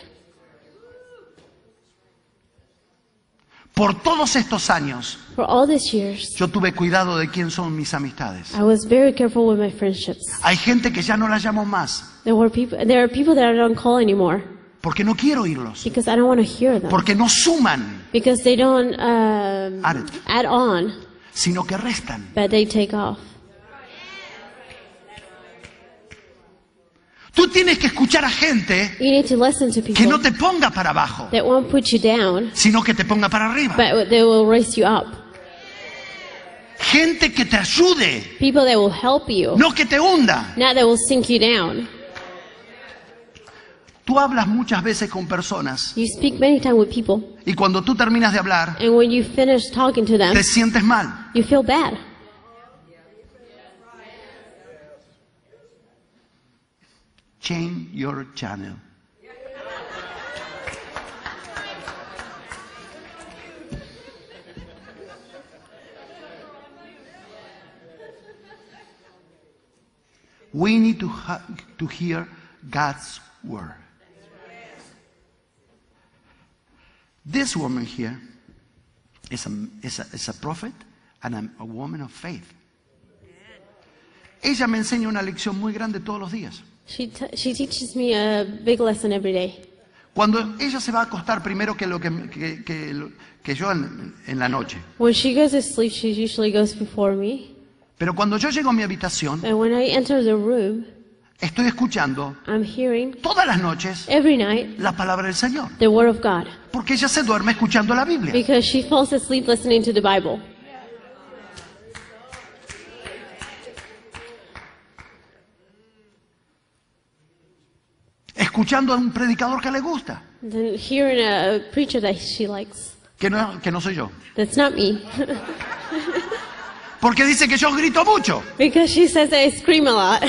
Por todos estos años, For all these years, yo tuve cuidado de quién son mis amistades. I was very careful with my friendships. Hay gente que ya no las llamo más, There were people. There are people that I don't call anymore porque no quiero oírlos, because I don't want to hear them. porque no suman, Because they don't um, Add it. add on, sino que restan. but they take off. Tú tienes que escuchar a gente You need to listen to que no people te ponga para abajo, that won't put you down, sino que te ponga para arriba. but they will raise you up. Gente que te ayude, People that will help you, no que te hunda. not that will sink you down. Tú hablas muchas veces con personas You speak many times with people, y cuando tú terminas de hablar, and when you finish talking to them, te sientes mal. you feel bad. Change your channel. We need to, ha- to hear God's word. This woman here is a, is a, is a prophet and a- a woman of faith. Ella me enseña una lección muy grande todos los días. She t- she teaches me a big lesson every day. Cuando ella se va a acostar primero que, lo que, que- que lo- que yo en, en la noche. When she goes to sleep, she usually goes before me, Pero cuando yo llego a mi habitación, and when I enter the room, estoy escuchando I'm hearing todas las noches every night la palabra del Señor. the word of God Porque ella se duerme escuchando la Biblia. because she falls asleep listening to the Bible. Escuchando a un predicador que le gusta. Then hearing a preacher that she likes. Que no, que no soy yo. That's not me. Porque dice que yo grito mucho. because she says that I scream a lot.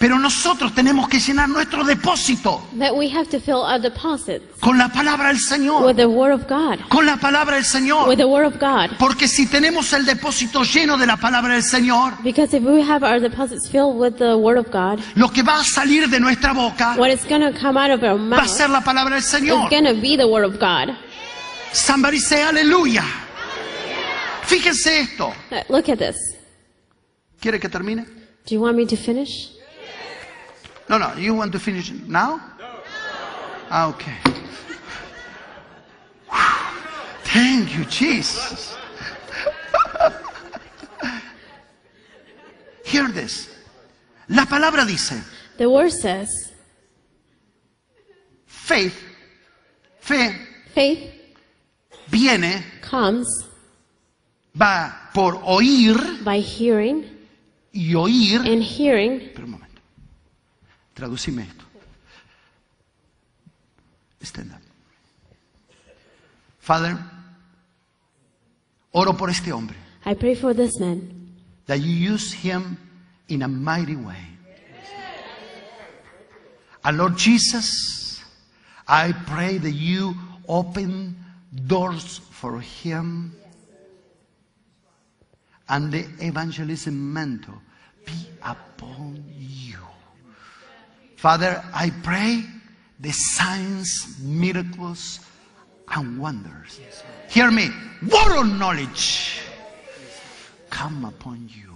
Pero nosotros tenemos que llenar nuestro depósito that we have to fill our deposits con la palabra del Señor. with the Word of God. Con la palabra del With Señor. the Word of God. Porque si tenemos el depósito lleno de la palabra del Señor, Because if we have our deposits filled with the Word of God, lo que va a salir de nuestra boca what is going to come out of our va a mouth ser la palabra del is Señor. going to be the Word of God. Somebody say aleluya. Fíjense esto. Uh, Look at this. ¿Quiere que termine? Do you want me to finish? No, no. You want to finish now? Ah, okay. Thank you, Jesus. Hear this. La palabra dice, The Word says, faith, fe faith viene, comes va por oír by hearing, y oír and hearing. Espera un momento. Traducime esto. Stand up. Father, oro por este hombre. I pray for this man That you use him in a mighty way. And Lord Jesus, I pray that you open doors for him and the evangelism mantle be upon you. Father, I pray the signs, miracles, and wonders. Hear me. Word of knowledge come upon you.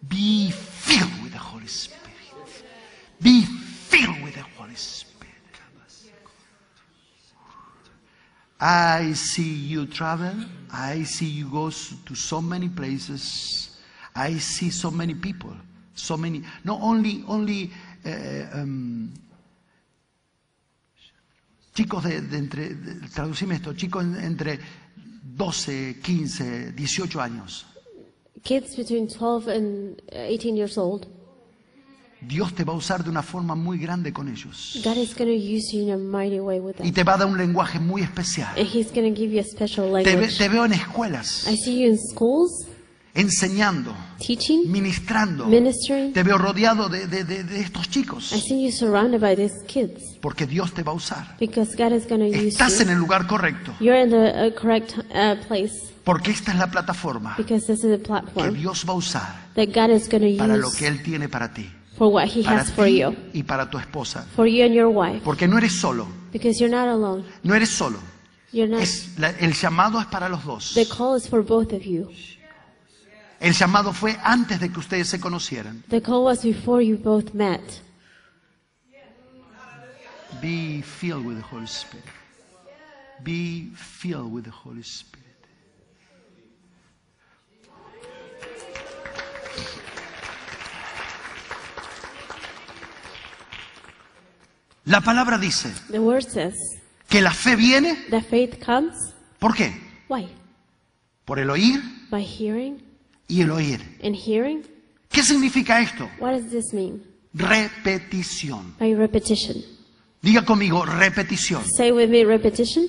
Be filled with the Holy Spirit. Be filled with the Holy Spirit. I see you travel. I see you go s- to so many places. I see so many people. So many. Not only only uh, um, chicos de, de entre, de- traducime esto, chicos en- entre 12, 15, 18 años. kids between 12 and uh, 18 years old. Dios te va a usar de una forma muy grande con ellos. God is going to use you in a mighty way with Y them. te va a dar un lenguaje muy especial. And He's going to give you a special Te, ve- language. te veo en escuelas, I see you in schools, enseñando, teaching, ministrando. ministering. Te veo rodeado de, de- de- de estos I chicos. see you surrounded by these kids Porque Dios te va a usar. because God is going to use Estás en you. el lugar correcto. You're in the uh, correct uh, place Porque esta es la plataforma because this is a que platform Dios va a usar that God is going to para lo use que Él tiene para ti. for what He Para has for ti you, y para tu esposa. for you and your wife, Porque no eres solo. because you're not alone. No eres solo. You're not. Es la- el llamado es para los dos. The call is for both of you. El llamado fue antes de que ustedes se conocieran. The call was before you both met. Be filled with the Holy Spirit. Be filled with the Holy Spirit. La palabra dice The word says que la fe viene, that faith comes. ¿por qué? Why? Por el oír By hearing y el oír. and hearing. ¿Qué significa esto? What does this mean? Repetición. By repetition. Diga conmigo, repetición. Say with me, repetition.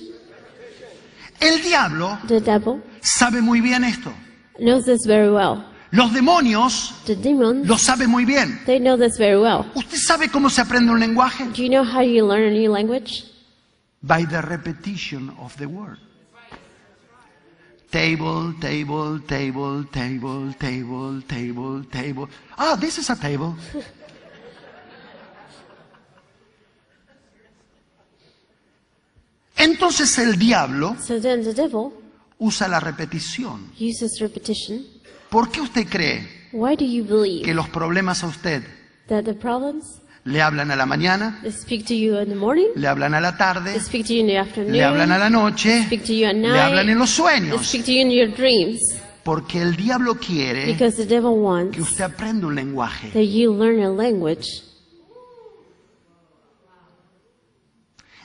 El diablo The devil sabe muy bien esto. knows this very well. Los demonios The demons, lo saben muy bien. they know this very well. ¿Usted sabe cómo se aprende un lenguaje? Do you know how you learn a new language? By the repetition of the word. Table, table, table, table, table, table, table. Ah, this is a table. Entonces el diablo So then the devil usa la repetición. uses repetition. ¿Por qué usted cree Why do you que believe los problemas a usted that the problems, le hablan a la mañana, they speak to you in the morning, le hablan a la tarde, they speak to you in the le hablan a afternoon, la noche, speak to you at le hablan night, en los they sueños? speak to you in your dreams? Porque el diablo quiere Because the devil wants Eh. que usted aprenda un lenguaje. that you learn a language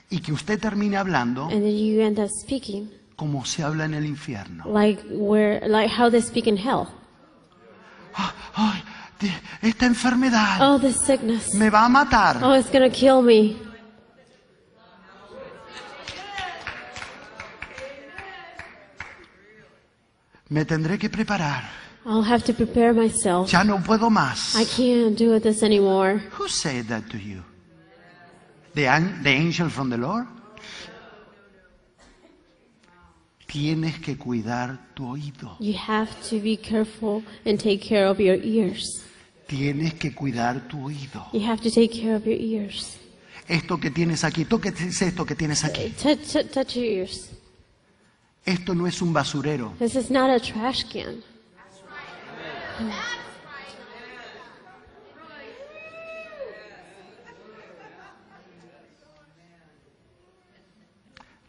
Y que usted termine hablando and then you end up speaking como se habla en el infierno. like where like how they speak in hell. Ah, ay, te- esta enfermedad Oh, this sickness. Ah. me va a matar. Oh, it's gonna kill me. Me tendré que preparar. I'll have to prepare myself. Ya no puedo más. I can't do this anymore. Who said that to you? The, an- the angel from the Lord? Tienes que cuidar tu oído. You have to be careful and take care of your ears. Tienes que cuidar tu oído. You have to take care of your ears. Esto que tienes aquí, tú que es esto que tienes aquí. Touch, touch, touch your ears. Esto no es un basurero. This is not a trash can.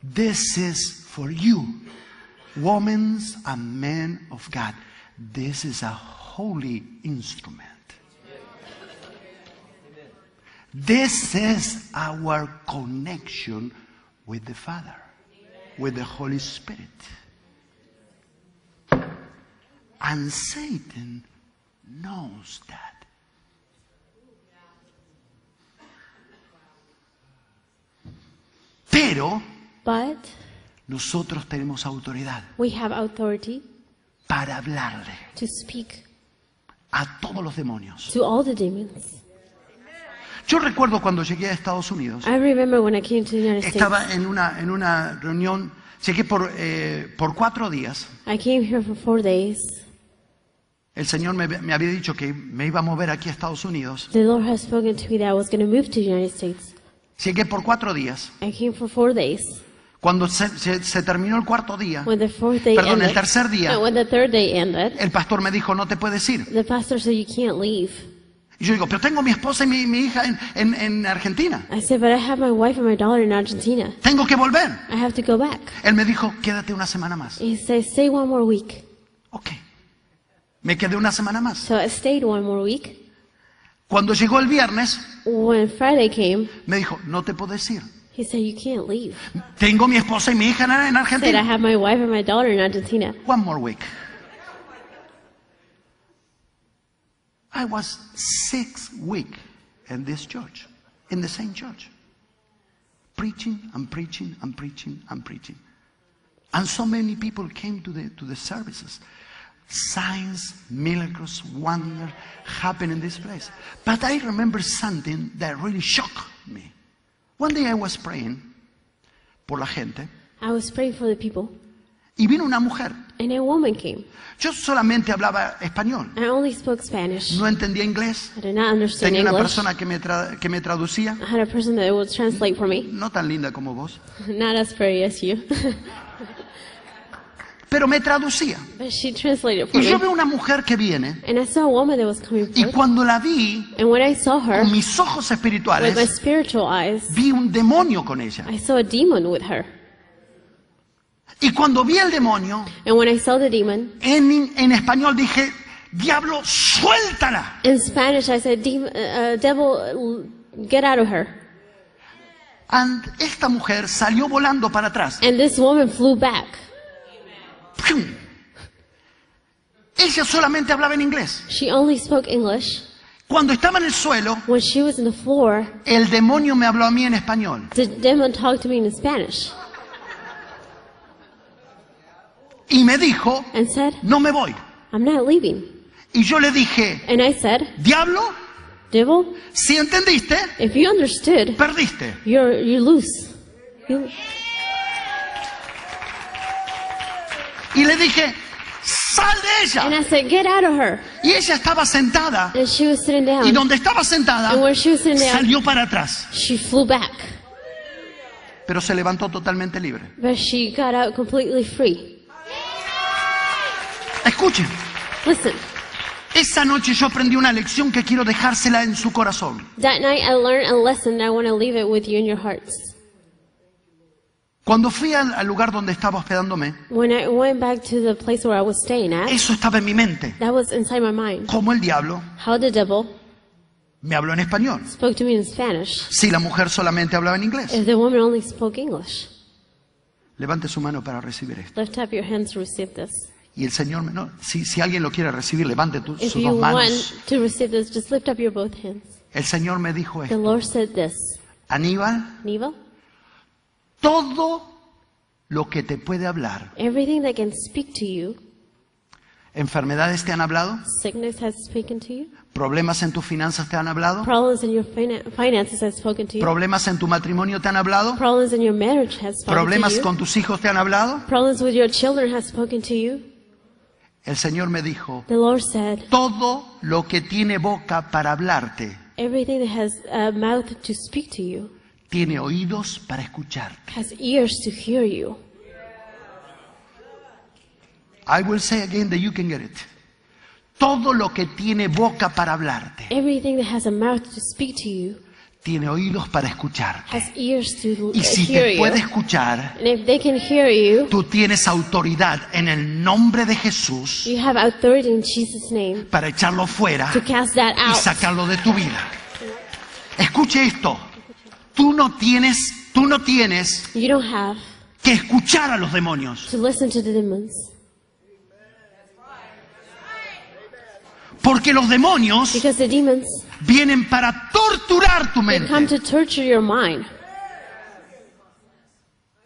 This is for you, women and men of God. This is a holy instrument. This is our connection with the Father, with the Holy Spirit. And Satan knows that. Pero But nosotros tenemos autoridad we have authority para hablarle to speak a todos los demonios. to all the demons. Yo recuerdo cuando llegué a Estados Unidos, I remember when I came to the United States, estaba en una, en una reunión, llegué por, eh, por cuatro días, I came here for four days. el Señor me, me había dicho que me iba a mover aquí a Estados Unidos, The Lord has spoken to me that I was going to move to the United States. llegué por cuatro días, I came for four days. cuando se, se- se terminó el cuarto día, When the fourth day Perdón, el ended, tercer día. No, when the third day ended, el pastor me dijo, no te puedes ir. the pastor said, "You can't leave." Y yo digo, pero tengo mi esposa y mi, mi hija en, en- en Argentina, I said, "But I have my wife and my daughter in Argentina. tengo que volver. I have to go back." Él me dijo, quédate una semana más. He said, "Stay one more week." Ok, me quedé una semana más. So I stayed one more week. Cuando llegó el viernes, When Friday came, me dijo, no te puedes ir. he said, "You can't leave." Tengo mi esposa y mi hija en- en I said, "I Argentina. have my wife and my daughter in Argentina." One more week. I was six week in this church, in the same church. Preaching and preaching and preaching and preaching. And so many people came to the, to the services. Signs, miracles, wonder happened in this place. But I remember something that really shocked me. One day I was praying por la gente I was praying for the people, y vino una mujer. and a woman came. Yo solamente hablaba español, I only spoke Spanish. no entendía inglés. I did not understand Tenía una English. persona que me, tra- que me traducía, I had a person that would translate for me. no tan linda como vos, Not as pretty as you, pero me traducía. but she translated for Y yo me. veo una mujer que viene And I saw a woman that was coming y forth. cuando la vi And when I saw her con mis ojos with my espirituales, spiritual eyes, vi un demonio con ella. I saw a demon with her. Y cuando vi el demonio, And when I saw the demon en, en español dije, diablo, suéltala. in Spanish, I said, "Demon, uh, uh, "Devil, l- get out of her!" And esta mujer salió volando para atrás. And this woman flew back. ¡Pium! Ella solamente hablaba en inglés. She only spoke English. Cuando estaba en el suelo, When she was on the floor, El demonio me habló a mí en español the demon talked to me in Spanish y me dijo, and said, no me voy. "I'm not leaving." Y yo le dije, And I said, diablo, "Devil, si entendiste, if you understood, perdiste. you're you lose." You, Y le dije, sal de and ella. I said, "Get out of her!" Y ella estaba sentada And she was sitting down. y donde estaba sentada And when she was sitting down, salió para atrás, she flew back, pero se levantó totalmente libre. but she got out completely free. Escuchen, Listen, esa noche yo aprendí una lección que quiero dejársela en su corazón. that night I learned a lesson. I want to leave it with you in your hearts. Cuando fui al, al lugar donde estaba hospedándome, When I went back to the place where I was staying at, eso estaba en mi mente. that was inside my mind. Como el diablo How the devil me habló en español. spoke to me in Spanish Si la mujer solamente hablaba en inglés. if the woman only spoke English. Levante su mano para recibir esto. Lift up your hands to receive this. Y el Señor, me- no, si, si alguien lo quiere recibir, levante tu- If sus you dos want manos. to receive this, just lift up your both hands. El Señor me dijo The esto. Lord said this, Aníbal, Neva, todo lo que te puede hablar everything that can speak to you ¿Enfermedades te han hablado? Sickness has spoken to you. ¿Problemas en tus finanzas te han hablado? Problems in your finan- finances has spoken to you. ¿Problemas en tu matrimonio te han hablado? Problems in your marriage has spoken to ¿Problemas you. con tus hijos te han hablado? Problems with your children has spoken to you. El Señor me dijo, The Lord said, todo lo que tiene boca para hablarte, everything that has a mouth to speak to you tiene oídos para escucharte. has ears to hear you. I will say again that you can get it. Todo lo que tiene boca para hablarte, Everything that has a mouth to speak to you tiene oídos para escucharte. has ears to Y si hear te you. puede escuchar, And if they can hear you, tú tienes autoridad en el nombre de Jesús you have authority in Jesus' name para echarlo fuera to cast that y out. sacarlo de tu vida. Escuche esto. Tú no tienes, tú no tienes You don't have que escuchar a los demonios, to listen to the demons porque los demonios because the demons vienen para torturar tu they come to mente. torture your mind.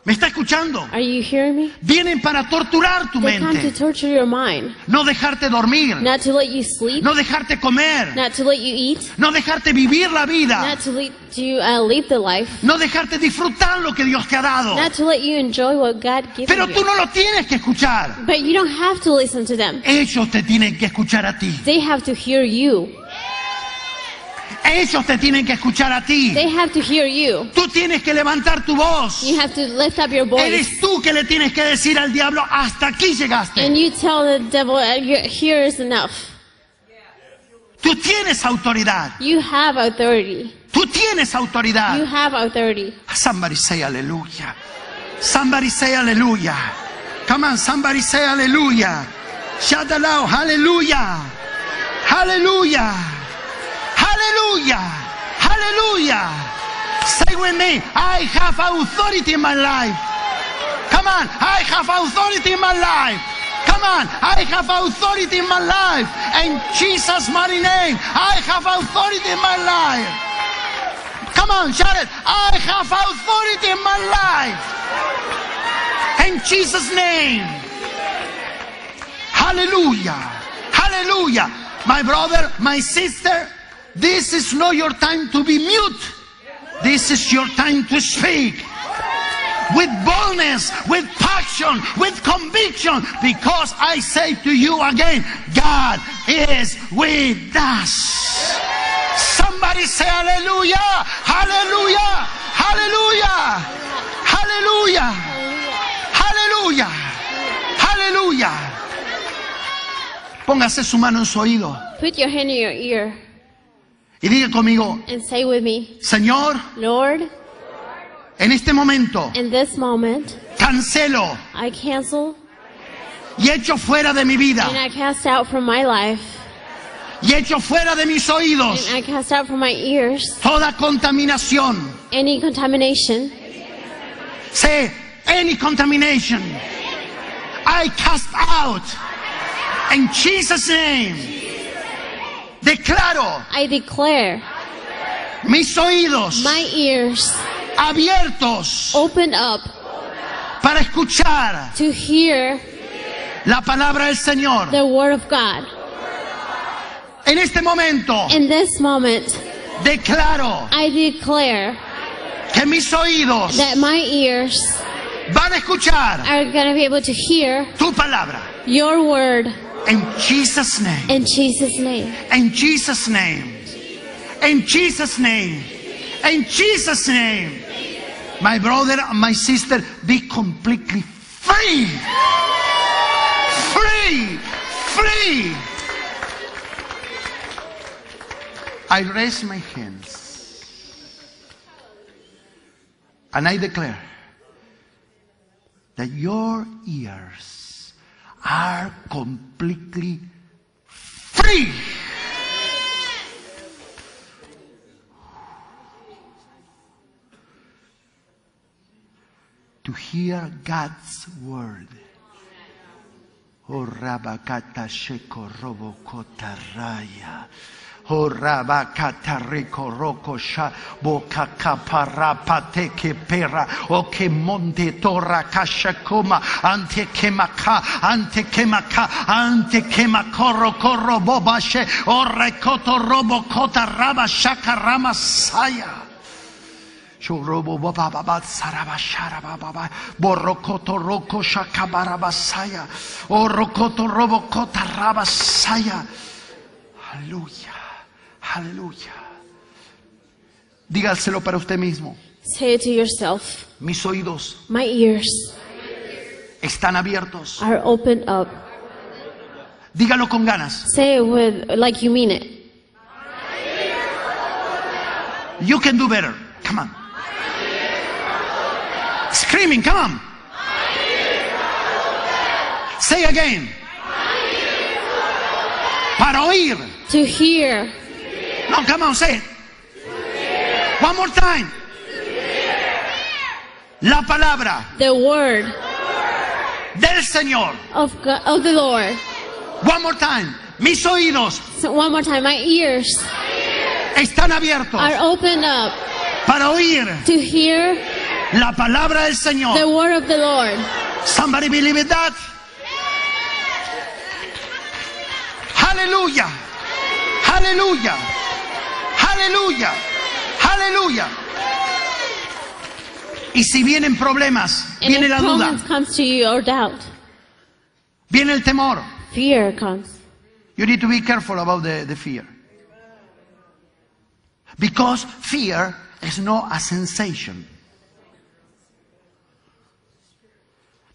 ¿Me está escuchando? Are you hearing me? Vienen para torturar tu They come to mente, torture your mind, no dejarte dormir, not to let you sleep, Ah. no dejarte comer, not to let you eat, no dejarte vivir la vida, not to let you uh, lead the life, no dejarte disfrutar lo que Dios te ha dado. not to let you enjoy what God gives Pero tú you. no lo tienes que escuchar. But you don't have to listen to them. Ellos te tienen que escuchar a ti. They have to hear you. Ellos te tienen que escuchar a ti. They have to hear you. Tú tienes que levantar tu voz. You have to lift up your voice. Eres tú que le tienes que decir al diablo, hasta aquí llegaste. And you tell the devil, uh, you- here is enough. Tú tienes autoridad. You have authority. Tú tienes You autoridad. have authority. Somebody say aleluya. Somebody say aleluya. Come on, somebody say aleluya. Shout aloud, aleluya. Aleluya. Aleluya. Aleluya. Say with me, I have authority in my life. Come on, I have authority in my life. Come on, I have authority in my life. In Jesus' mighty name, I have authority in my life. Come on, shout it. I have authority in my life. In Jesus' name. Hallelujah. Hallelujah. My brother, my sister, this is not your time to be mute. This is your time to speak with boldness, with passion, with conviction, because I say to you again, God is with us. Somebody say hallelujah, hallelujah, hallelujah, hallelujah, hallelujah, hallelujah. Póngase su mano en su oído Put your hand in your ear y diga conmigo, and say with me, Señor, Lord, en este momento in this moment, cancelo I cancel y echo fuera de mi and vida I cast out from my life y echo fuera de mis and oídos I cast out from my ears toda contaminación. any contamination. Say, any contamination, I cast out en Jesus' name. Declaro I declare mis oídos my ears abiertos open up para escuchar to hear la palabra del Señor. the word of God. En este momento In this moment, declaro I declare que mis oídos that my ears van a escuchar are going to be able to hear tu palabra. your word En Jesus' name. in Jesus' name. In Jesus' name. In Jesus' name. In Jesus' name. My brother and my sister, be completely free. Free. Free. I raise my hands and I declare that your ears are completely free. To hear God's word. Oh, O rabakata sheko robokota raya. Oh, Orabakatariko rokosha bokakaparapate que perra o que monte torra kashakoma ante kemaka ante kemaka ante kemakorro korro bobashe orrekoto robo kota raba shaka rama saya. Shorobo baba baba saraba sharaba baba borokoto roko shakabaraba saya orokoto robo kota raba saya. Aleluya, aleluya. Dígaselo para usted mismo. Say it to yourself. Mis oídos My ears están abiertos. are opened up. Dígalo con ganas. Say it with like you mean it. You can do better. Come on. Screaming, come on. Say again. Para oír. To hear. No, come on, say it. One more time. La palabra The word del Señor. of God, of the Lord. One more time. Mis oídos So one more time. My ears están abiertos are opened up para oír to hear la palabra del the Señor. word of the Lord. Somebody believe in that? Aleluya. Aleluya. Aleluya. Aleluya. Y si vienen problemas, And viene if la problems duda, comes to you or doubt, viene el temor. fear comes. You need to be careful about the, the fear. Because fear is not a sensation.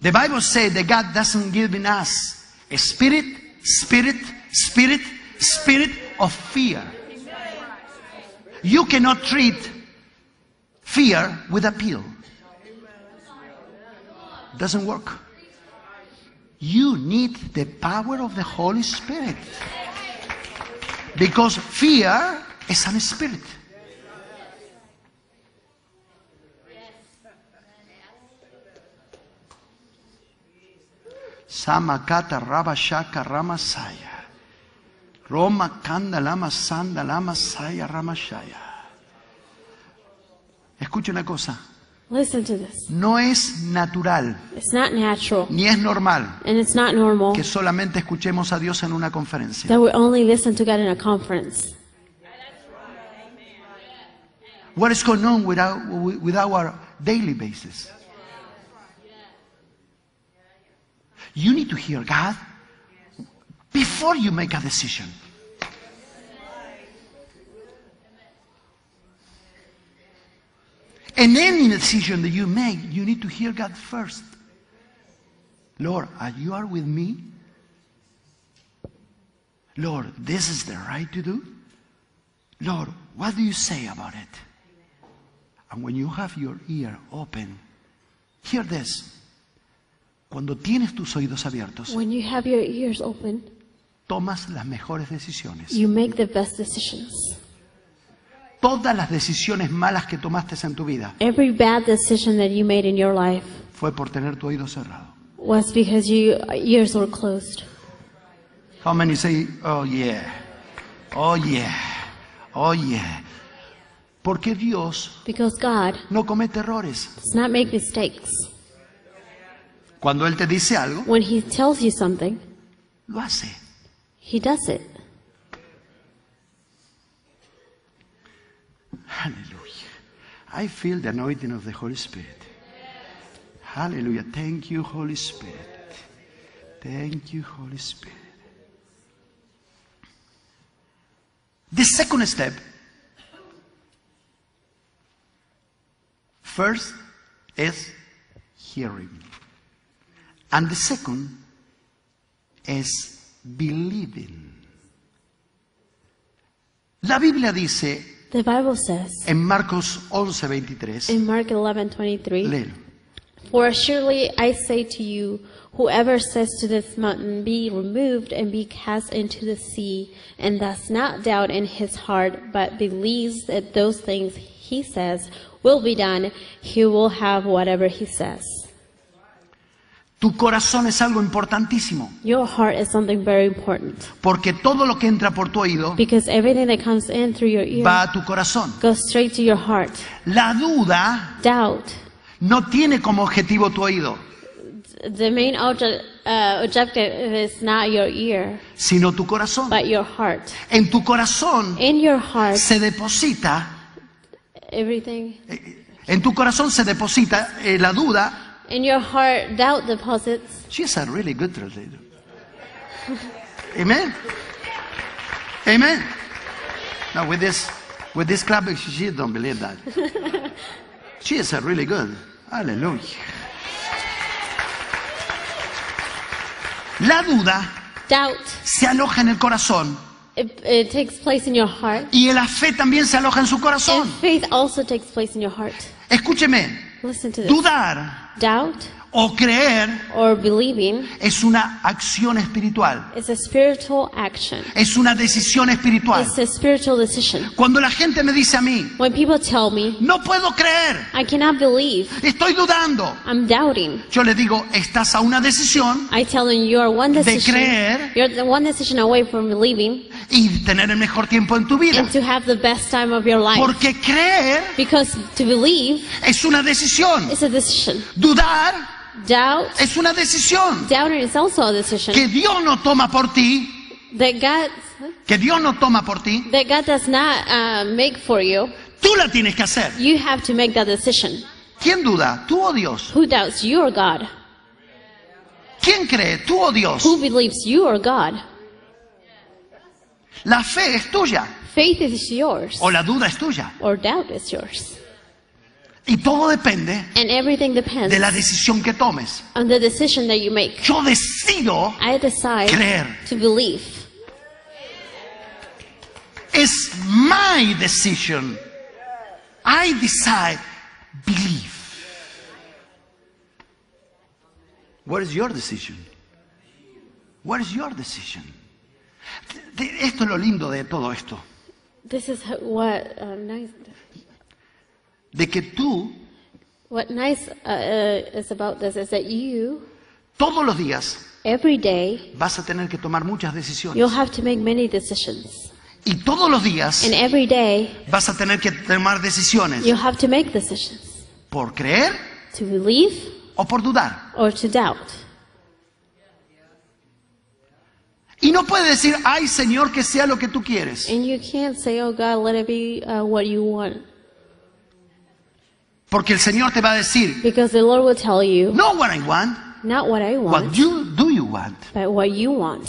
The Bible says that God doesn't give in us a spirit, spirit, spirit, spirit of fear. You cannot treat fear with a pill. Doesn't work. You need the power of the Holy Spirit. Because fear is an spirit. Samakata Rabashaka Ramasaya. Roma Kanda Lama Sanda Lama Saya Ramashaya. Escuche una cosa. Listen to this. No es natural It's not natural ni es normal and it's not normal que solamente escuchemos a Dios en una conferencia. that we only listen to God in a conference. what is going on with our, with our daily basis. You need to hear God before you make a decision. And any decision that you make, you need to hear God first. Lord, are you are with me? Lord, this is the right to do? Lord, what do you say about it? And when you have your ear open, hear this. Cuando tienes tus oídos abiertos, When you have your ears open, tomas las mejores decisiones. you make the best decisions. Todas las decisiones malas que tomaste en tu vida Every bad decision that you made in your life fue por tener tu oído cerrado. was because you, ears were closed. How many say, oh yeah, oh yeah, oh yeah? Porque Dios Because God no comete errores. does not make mistakes. Cuando Él te dice algo, When He tells you something, lo hace. He does it. Hallelujah. I feel the anointing of the Holy Spirit. Hallelujah. Thank you, Holy Spirit. Thank you, Holy Spirit. The second step first is hearing, and the second is believing. La Biblia dice The Bible says en Marcos 11, 23, in Mark 11:23, léelo. "For surely I say to you, whoever says to this mountain, be removed and be cast into the sea, and does not doubt in his heart, but believes that those things he says will be done, he will have whatever he says." Tu corazón es algo importantísimo, Your heart is something very important porque todo lo que entra por tu oído because everything that comes in through your ear va a tu corazón. goes straight to your heart. La duda Doubt. no tiene como objetivo tu oído, The main object, uh, objective is not your ear, sino tu corazón. but your heart. En tu corazón In your heart, se deposita, eh, everything. en tu corazón se deposita eh, la duda. In your heart, doubt deposits. She's a really good translator. Amen. Amen. Now with this, with this clapping, she- she don't believe that. She is a really good. Hallelujah. La duda Doubt. se aloja en el corazón It, it takes place in your heart. y la fe también se aloja en su And corazón. faith also takes place in your heart. Escúcheme, Listen to this. dudar Doubt o creer or believing es una acción espiritual, is a spiritual action. es una decisión espiritual. It's a spiritual decision. Cuando la gente me dice a mí, When people tell me, no puedo creer, I cannot believe, estoy dudando, I'm doubting. yo le digo, estás a una decisión I tell them you are one De decision. creer. You're the one decision away from believing y tener el mejor tiempo en tu vida. and to have the best time of your life. Porque creer Because to believe es una decisión, is a decision. dudar Doubt, es una decisión doubting is also a decision. que Dios no toma por ti, That God, que Dios no toma por ti, that God does not uh, make for you. tú la tienes que hacer. You have to make that decision. ¿Quién duda? ¿Tú o Dios? Who doubts you or God? ¿Quién cree? ¿Tú o Dios? Who believes you or God? La fe es tuya Faith is yours o la duda es tuya. or doubt is yours. Y todo depende And everything depends de la decisión que tomes. on the decision that you make. Yo decido I decide Creer. to believe. It's my decision. I decide believe. What is your decision? What is your decision? De- de- Esto es lo lindo de todo esto, This is ho- what uh, nice, de que tú what nice uh, uh, is about this is that you todos los días every day vas a tener que tomar muchas decisiones you'll have to make many decisions, y todos los días and every day vas a tener que tomar decisiones you'll have to make decisions por creer to believe o por dudar. or to doubt. Y no puedes decir, ay Señor, que sea lo que tú quieres. And you can't say, "Oh God, let it be uh, what you want," Porque el Señor te va a decir, because the Lord will tell you no what I want, not what I want, what you do you want. but what you want.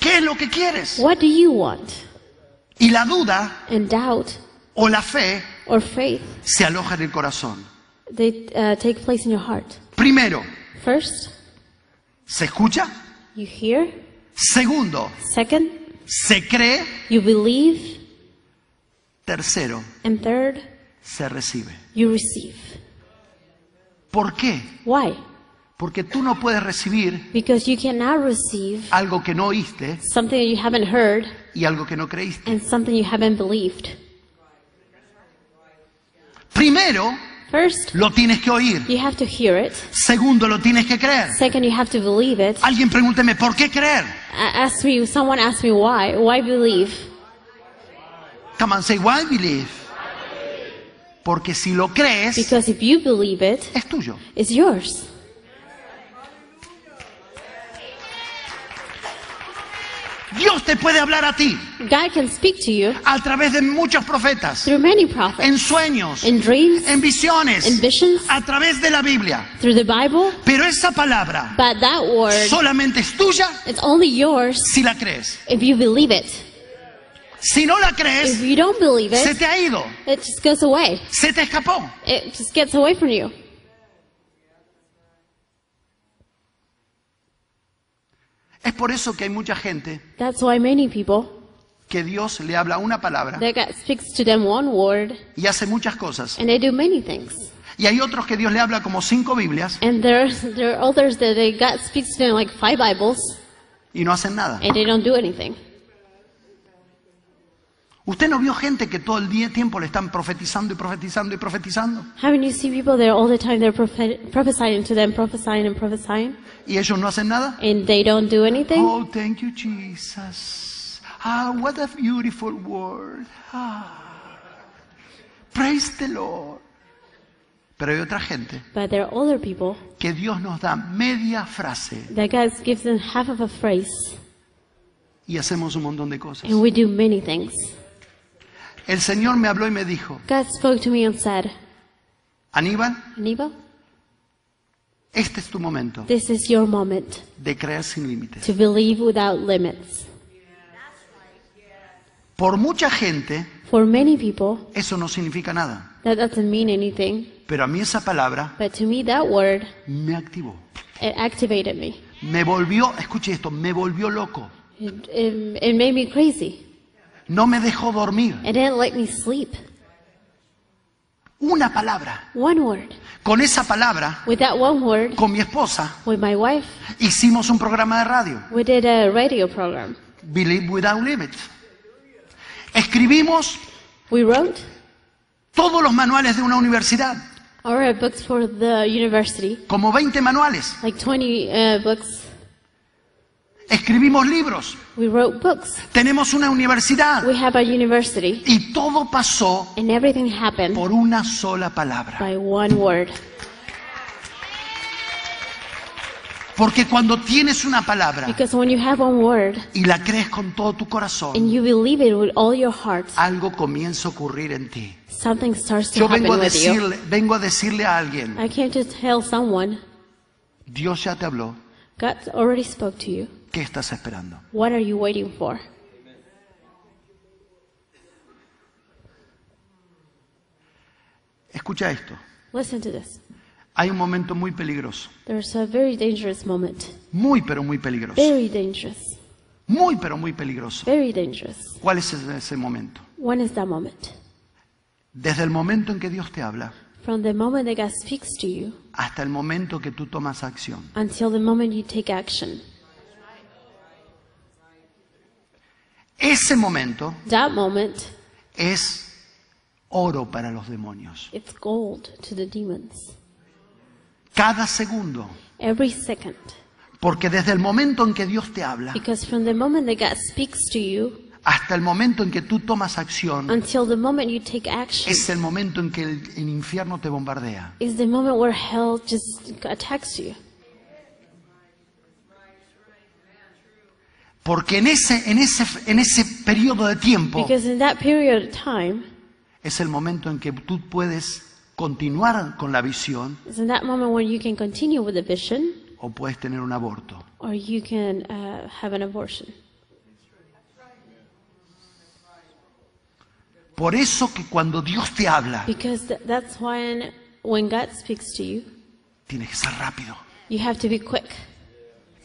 ¿Qué es lo que quieres? What do you want? Y la duda And doubt o la fe or faith se aloja en el corazón. they uh, take place in your heart. Primero, First, se escucha. you hear. Segundo, Second, se cree. you believe. Tercero, And third, se recibe. you receive. ¿Por qué? Why? Porque tú no puedes recibir Because you cannot receive algo que no oíste something you haven't heard y algo que no creíste. and something you haven't believed. Primero, First, lo tienes que oír. you have to hear it. Segundo, lo tienes que creer. Second, you have to believe it. Alguien pregúnteme, ¿por qué creer? A- Ask me, someone asked me why. Why believe? Come on, say, why believe? Porque si lo crees, Because if you believe it, es tuyo. it's yours. Dios te puede hablar a ti God can speak to you a través de muchos profetas, through many prophets, en sueños, in dreams, en visiones, in visions, a través de la Biblia. through the Bible. Pero esa palabra But that word, solamente es tuya it's only yours si la crees. if you believe it. Si no la If crees, you don't believe se it, te ha ido, it just goes away. se te escapó. It just gets away from you. Es por eso que hay mucha gente That's why many people, que Dios le habla una palabra that God speaks to them one word y hace muchas cosas. and they do many things. Y hay otros que Dios le habla como cinco Biblias And there, there are others that they, God speaks to them like five Bibles y no hacen nada. and they don't do anything. ¿Usted no vio gente que todo el día tiempo le están profetizando y profetizando y profetizando? Haven't you seen people there all the time? They're prophet- prophesying to them, prophesying and prophesying, ¿Y ellos no hacen nada? and they don't do anything? Oh, thank you, Jesus. Ah, what a beautiful word. Ah, praise the Lord. Pero hay otra gente But there are other people que Dios nos da media frase that God gives them half of a phrase, y hacemos un montón de cosas. and we do many things. El Señor me habló y me dijo, God spoke to me and said, Aníbal, Aníbal, este es tu momento this is your moment de creer sin límites. to believe without limits. Por mucha gente For many people, eso no significa nada, that doesn't mean anything, pero a mí esa palabra but to me, that word, me activó. it activated me. Me volvió, escuche esto, me volvió loco. It, it, it made me crazy. No me dejó dormir. It didn't let me sleep. Una palabra. One word. Con esa palabra, With that one word, con mi esposa, with my wife, hicimos un programa de radio, we did a radio program. Believe Without Limits. Escribimos We wrote todos los manuales de una universidad, our books for the university, como 20 manuales. like 20 uh, books. Escribimos libros. We wrote books. Tenemos una universidad. We have a university, Y todo pasó and everything happened por una sola palabra. by one word. Porque cuando tienes una palabra Because when you have one word y la crees con todo tu corazón, and you believe it with all your heart, algo comienza a ocurrir en ti. something starts to Yo happen vengo a with you. decirle, vengo a decirle a alguien, I can't just tell someone, Dios ya te habló, God already spoke to you. ¿qué estás esperando? What are you waiting for? Escucha esto. Listen to this. Hay un momento muy peligroso, There's a very dangerous moment. muy pero muy peligroso, Very dangerous. muy pero muy peligroso. Very dangerous. ¿Cuál es ese ese momento? When is that moment? Desde el momento en que Dios te habla From the moment that God speaks to you hasta el momento que tú tomas acción. until the moment you take action. Ese momento That moment, es oro para los demonios. it's gold to the demons. Cada segundo, Every second. porque desde el momento en que Dios te habla Because from the moment that God speaks to you hasta el momento en que tú tomas acción, until the moment you take action es el momento en que el, el infierno te bombardea. is the moment where hell just attacks you. Porque en ese, en ese, en ese periodo de tiempo Because in that period of time, es el momento en que tú puedes continuar con la visión it's in that moment when you can continue with the vision o puedes tener un aborto. or you can uh, have an abortion. Por eso que cuando Dios te habla, Because th- that's when, when God speaks to you, tienes que ser rápido. you have to be quick.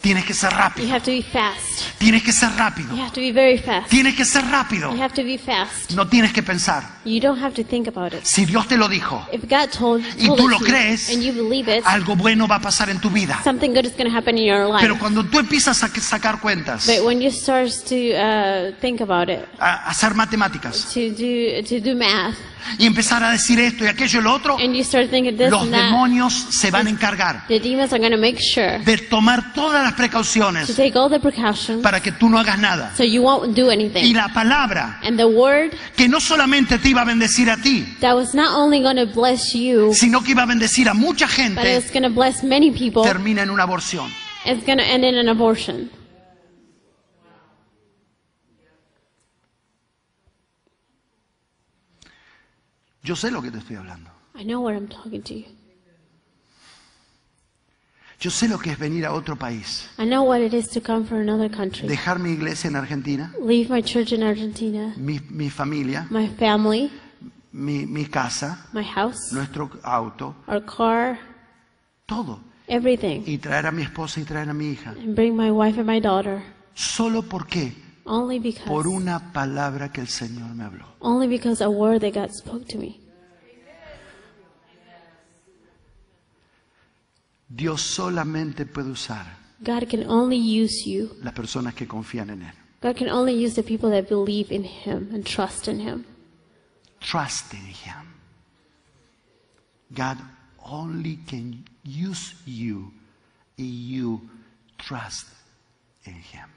Tienes que ser You rápido. have to be fast. Tienes que ser You rápido. have to be very fast. Tienes que ser rápido. You have to be fast. No tienes que pensar. You don't have to think about it. Si Dios te lo dijo, If God told, Y told tú it lo to crees, you and you believe it, algo bueno va a pasar en tu vida. something good is going to happen in your life. Pero cuando tú empiezas a que- sacar cuentas, But when you start to uh, think about it, a hacer matemáticas to do to do math, y empezar a decir esto y aquello y lo otro, and you start thinking this los and that, demonios se van a encargar the demons are going to make sure de tomar todas las to precauciones take all the precautions para que tú no hagas nada. so you won't do Y anything. la palabra And the word que no solamente te iba a bendecir a ti, that was not only going to bless you, sino que iba a bendecir a mucha but it's gente, going to bless many people. termina en una aborción. It's going to end in an abortion. Yo sé lo que te estoy hablando. I know what I'm talking to you. Yo sé lo que es venir a otro país, I know what it is to come from another country. dejar mi iglesia en Argentina, Leave my church in Argentina, mi, mi familia, my family, mi, mi casa, my house, nuestro auto, our car, todo. everything, Y traer a mi esposa y traer a mi hija. and bring my wife and my daughter. Solo porque Only por because, una palabra que el Señor me habló. only because a word that God spoke to me. Dios solamente puede usar God can only use you, las personas que confían en Él. God can only use the people that believe in Him and trust in Him. Trust in Him. God only can use you if you trust in Him.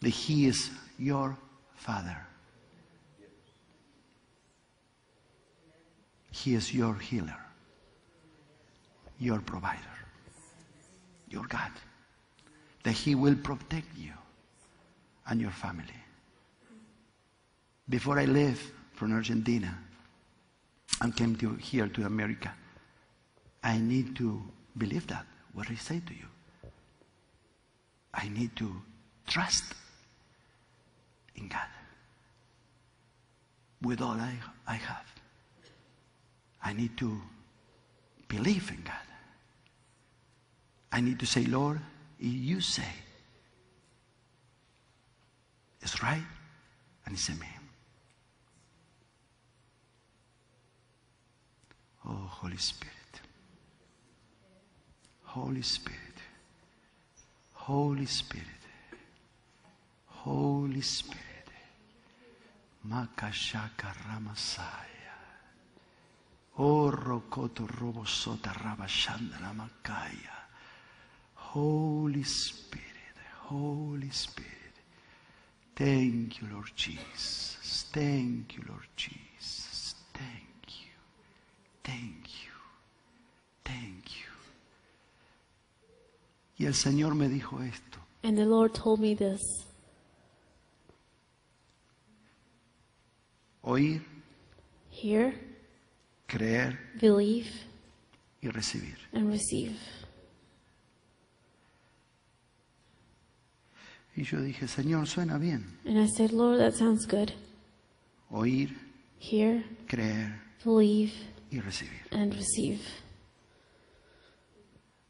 That He is your Father. He is your healer, your provider, your God. That He will protect you and your family before I left from Argentina and came to here to America, I need to believe that what I say to you. I need to trust in God with all I, I have. I need to believe in God. I need to say, Lord, if you say it's right, and it's amen. Oh, Holy Spirit. Holy Spirit. Holy Spirit. Holy Spirit. Makashaka Ramasaya. Oh, Rokoto Robosota Rabashandra Makaya. Holy Spirit. Holy Spirit. Thank you, Lord Jesus. Thank you, Lord Jesus. Thank you. Thank you. Thank you. Y el Señor me dijo esto. And the Lord told me this Oír, hear, creer believe, y recibir. and receive. Y yo dije, Señor, suena bien. And I said, Lord, that sounds good. Oír, Hear, creer believe, y recibir. and receive.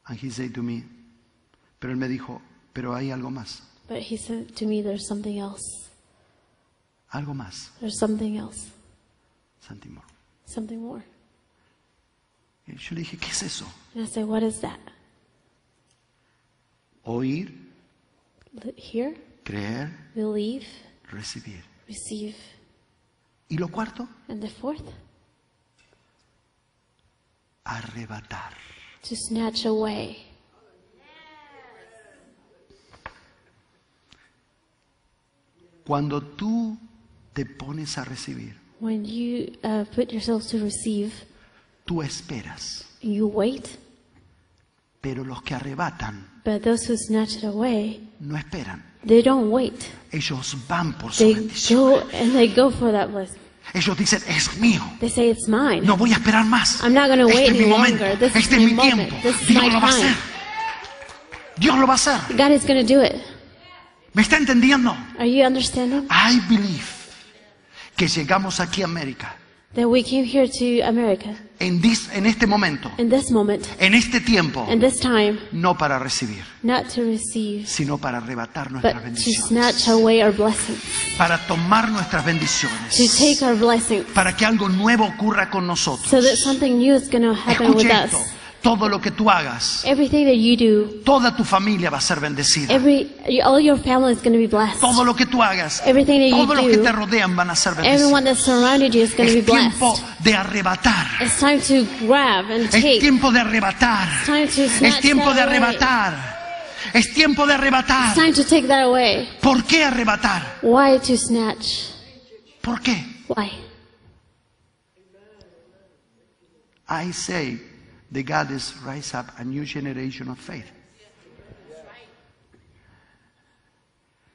And he said to me, pero él me dijo, pero hay algo más. But He said to me, there's something else. Algo más, There's something else. Santimor. Something more. Y Eh, yo le dije, ¿qué es eso? And I said, what is that? Oír, L- Hear, creer, believe, recibir. receive. Y lo cuarto, And the fourth, arrebatar. to snatch away. Cuando tú te pones a recibir, When you uh, put yourself to receive, tú esperas, you wait, pero los que arrebatan but those who snatch it away, no esperan. they don't wait. Ellos van por su They bendición. go and they go for that blessing. Ellos dicen, es mío, They say it's mine. no voy a esperar más. I'm not gonna este wait es mi any momento, longer. This este is es my mi moment. tiempo. This is Dios my lo va a hacer. time. Dios lo va a hacer. God is going to do it. ¿Me está entendiendo? Are you understanding? I believe que llegamos aquí a América That we came here to America en, this- en este momento, in this moment, en este tiempo, in this time, no para recibir, not to receive, sino para arrebatar nuestras but to bendiciones. snatch away our blessings, para tomar nuestras to take bendiciones, our blessings, para que algo nuevo ocurra con nosotros. so that something new is going to happen with Escucha esto, us. todo lo que tú hagas, Everything that you do, toda tu familia va a ser bendecida. Every, all your family is going to be blessed. Todo lo que tú hagas, Everything that you todos los que do, te rodean van a ser bendecidos. everyone that surrounded you is going to be Es tiempo blessed. de arrebatar, It's time to grab and es take. tiempo de arrebatar, It's time to snatch es tiempo de that away. arrebatar, es tiempo de It's arrebatar. time to take that away. ¿Por qué arrebatar? Why to snatch? ¿Por qué? Why? I say, the God is rise up a new generation of faith.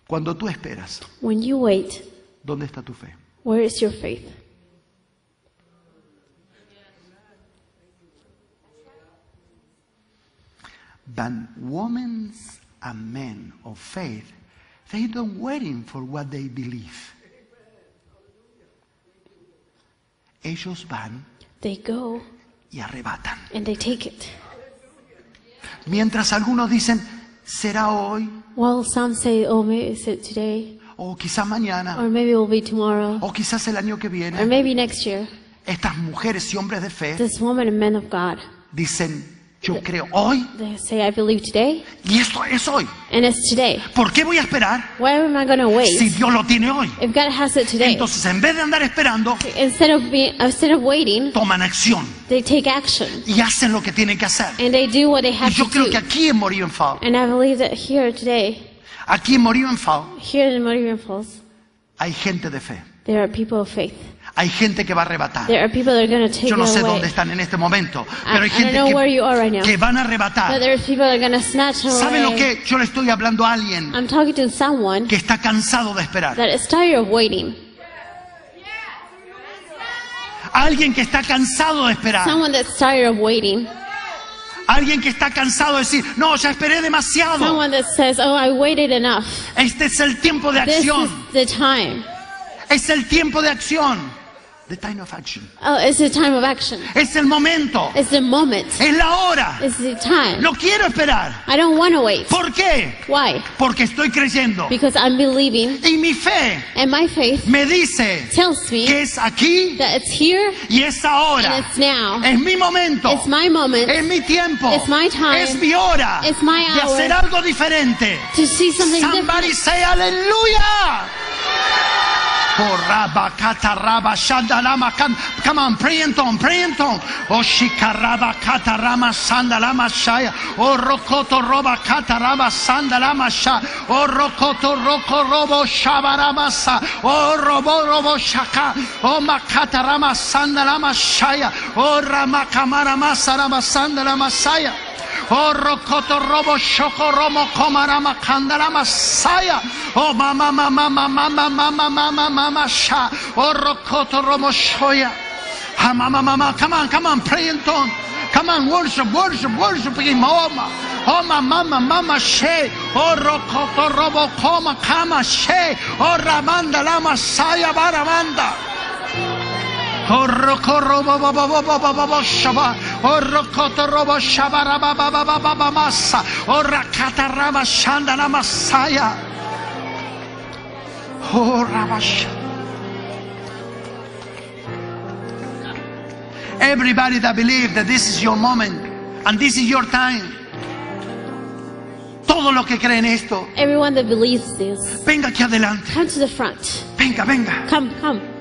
Cuando tú esperas, When you wait, ¿dónde está tu fe? where is your faith? But women and men of faith, they don't waiting for what they believe. Ellos van They go y arrebatan. and they take it. Mientras algunos dicen, será hoy, While some say, oh, maybe it's it today, o quizá mañana, or maybe it will be tomorrow, o quizás el año que or viene, maybe next year. estas mujeres y hombres de fe This woman and men of God, dicen, Yo creo hoy They say, I believe today, y esto es hoy. and it's today. ¿Por qué voy a esperar Why am I going to wait? si Dios lo tiene hoy? If God has it today, Entonces, en vez de andar esperando, instead of being, instead of waiting, toman acción they take action y hacen lo que tienen que hacer. and they do what they Y have yo to creo do. que aquí en Morillo en Fao, And I believe that here today, aquí en Morillo en Fao, here in Motor Falls, hay gente de fe. there are people of faith. Hay gente que va a arrebatar. There are people that are going to take Yo no it sé away. dónde están en este momento, pero I hay don't gente know where que, you are right now. que van a But arrebatar. there are people that are going to snatch away. ¿Saben lo que? Yo le estoy hablando a alguien I'm talking to someone que está cansado de esperar. that is tired of waiting. Alguien que está cansado de esperar. Someone that's tired of waiting. Alguien que está cansado de decir, no, ya esperé demasiado. Someone that says, oh, I waited enough. Este es el tiempo de This is acción. the time. Es el tiempo de acción. The time of action. Oh, it's the time of action. Es el momento. It's the moment. Es la hora. It's the time. No quiero esperar. I don't want to wait. ¿Por qué? Why? Porque estoy creyendo. Because I'm believing, Y mi fe and my faith me dice tells que me es aquí that it's here y es ahora. and it's now. Es mi momento. It's my moment Es mi tiempo. It's my time. Es mi hora. It's my De hour. hacer algo diferente. to see something different. Somebody say aleluya. Oh, rabba, kata, rabba, shanda, lama, Come, come on, pray in tongue, pray in tongue. Oh, shikaraba katarama sandalama shaya. Oh, rokoto roba katarama sandalama sha. Oh, rokoto roko robo shabarama sa. Oh, robo robo shaka. Oh, makatarama sandalama shaya. Oh, ramakamarama sarama sandalama saya. Oh, rokoto robo shoko romo komarama kandala masaya. Oh, mama, mama, mama, mama, mama, mama, mama, sha. Oh, rokoto romo shoya. Ha, mama, mama, come on, come on, pray in tongue. Come on, worship, worship, worship him. Oh, ma, oh, ma, mama, mama, she. Oh, rokoto robo koma kama she. Oh, ramanda lama saya baramanda. Oh, Everybody that believe that this is your moment and this is your time. Todo lo que creen esto, Everyone that believes this, venga aquí adelante. come to the front. Venga, venga. Come, come. Oh, Oh,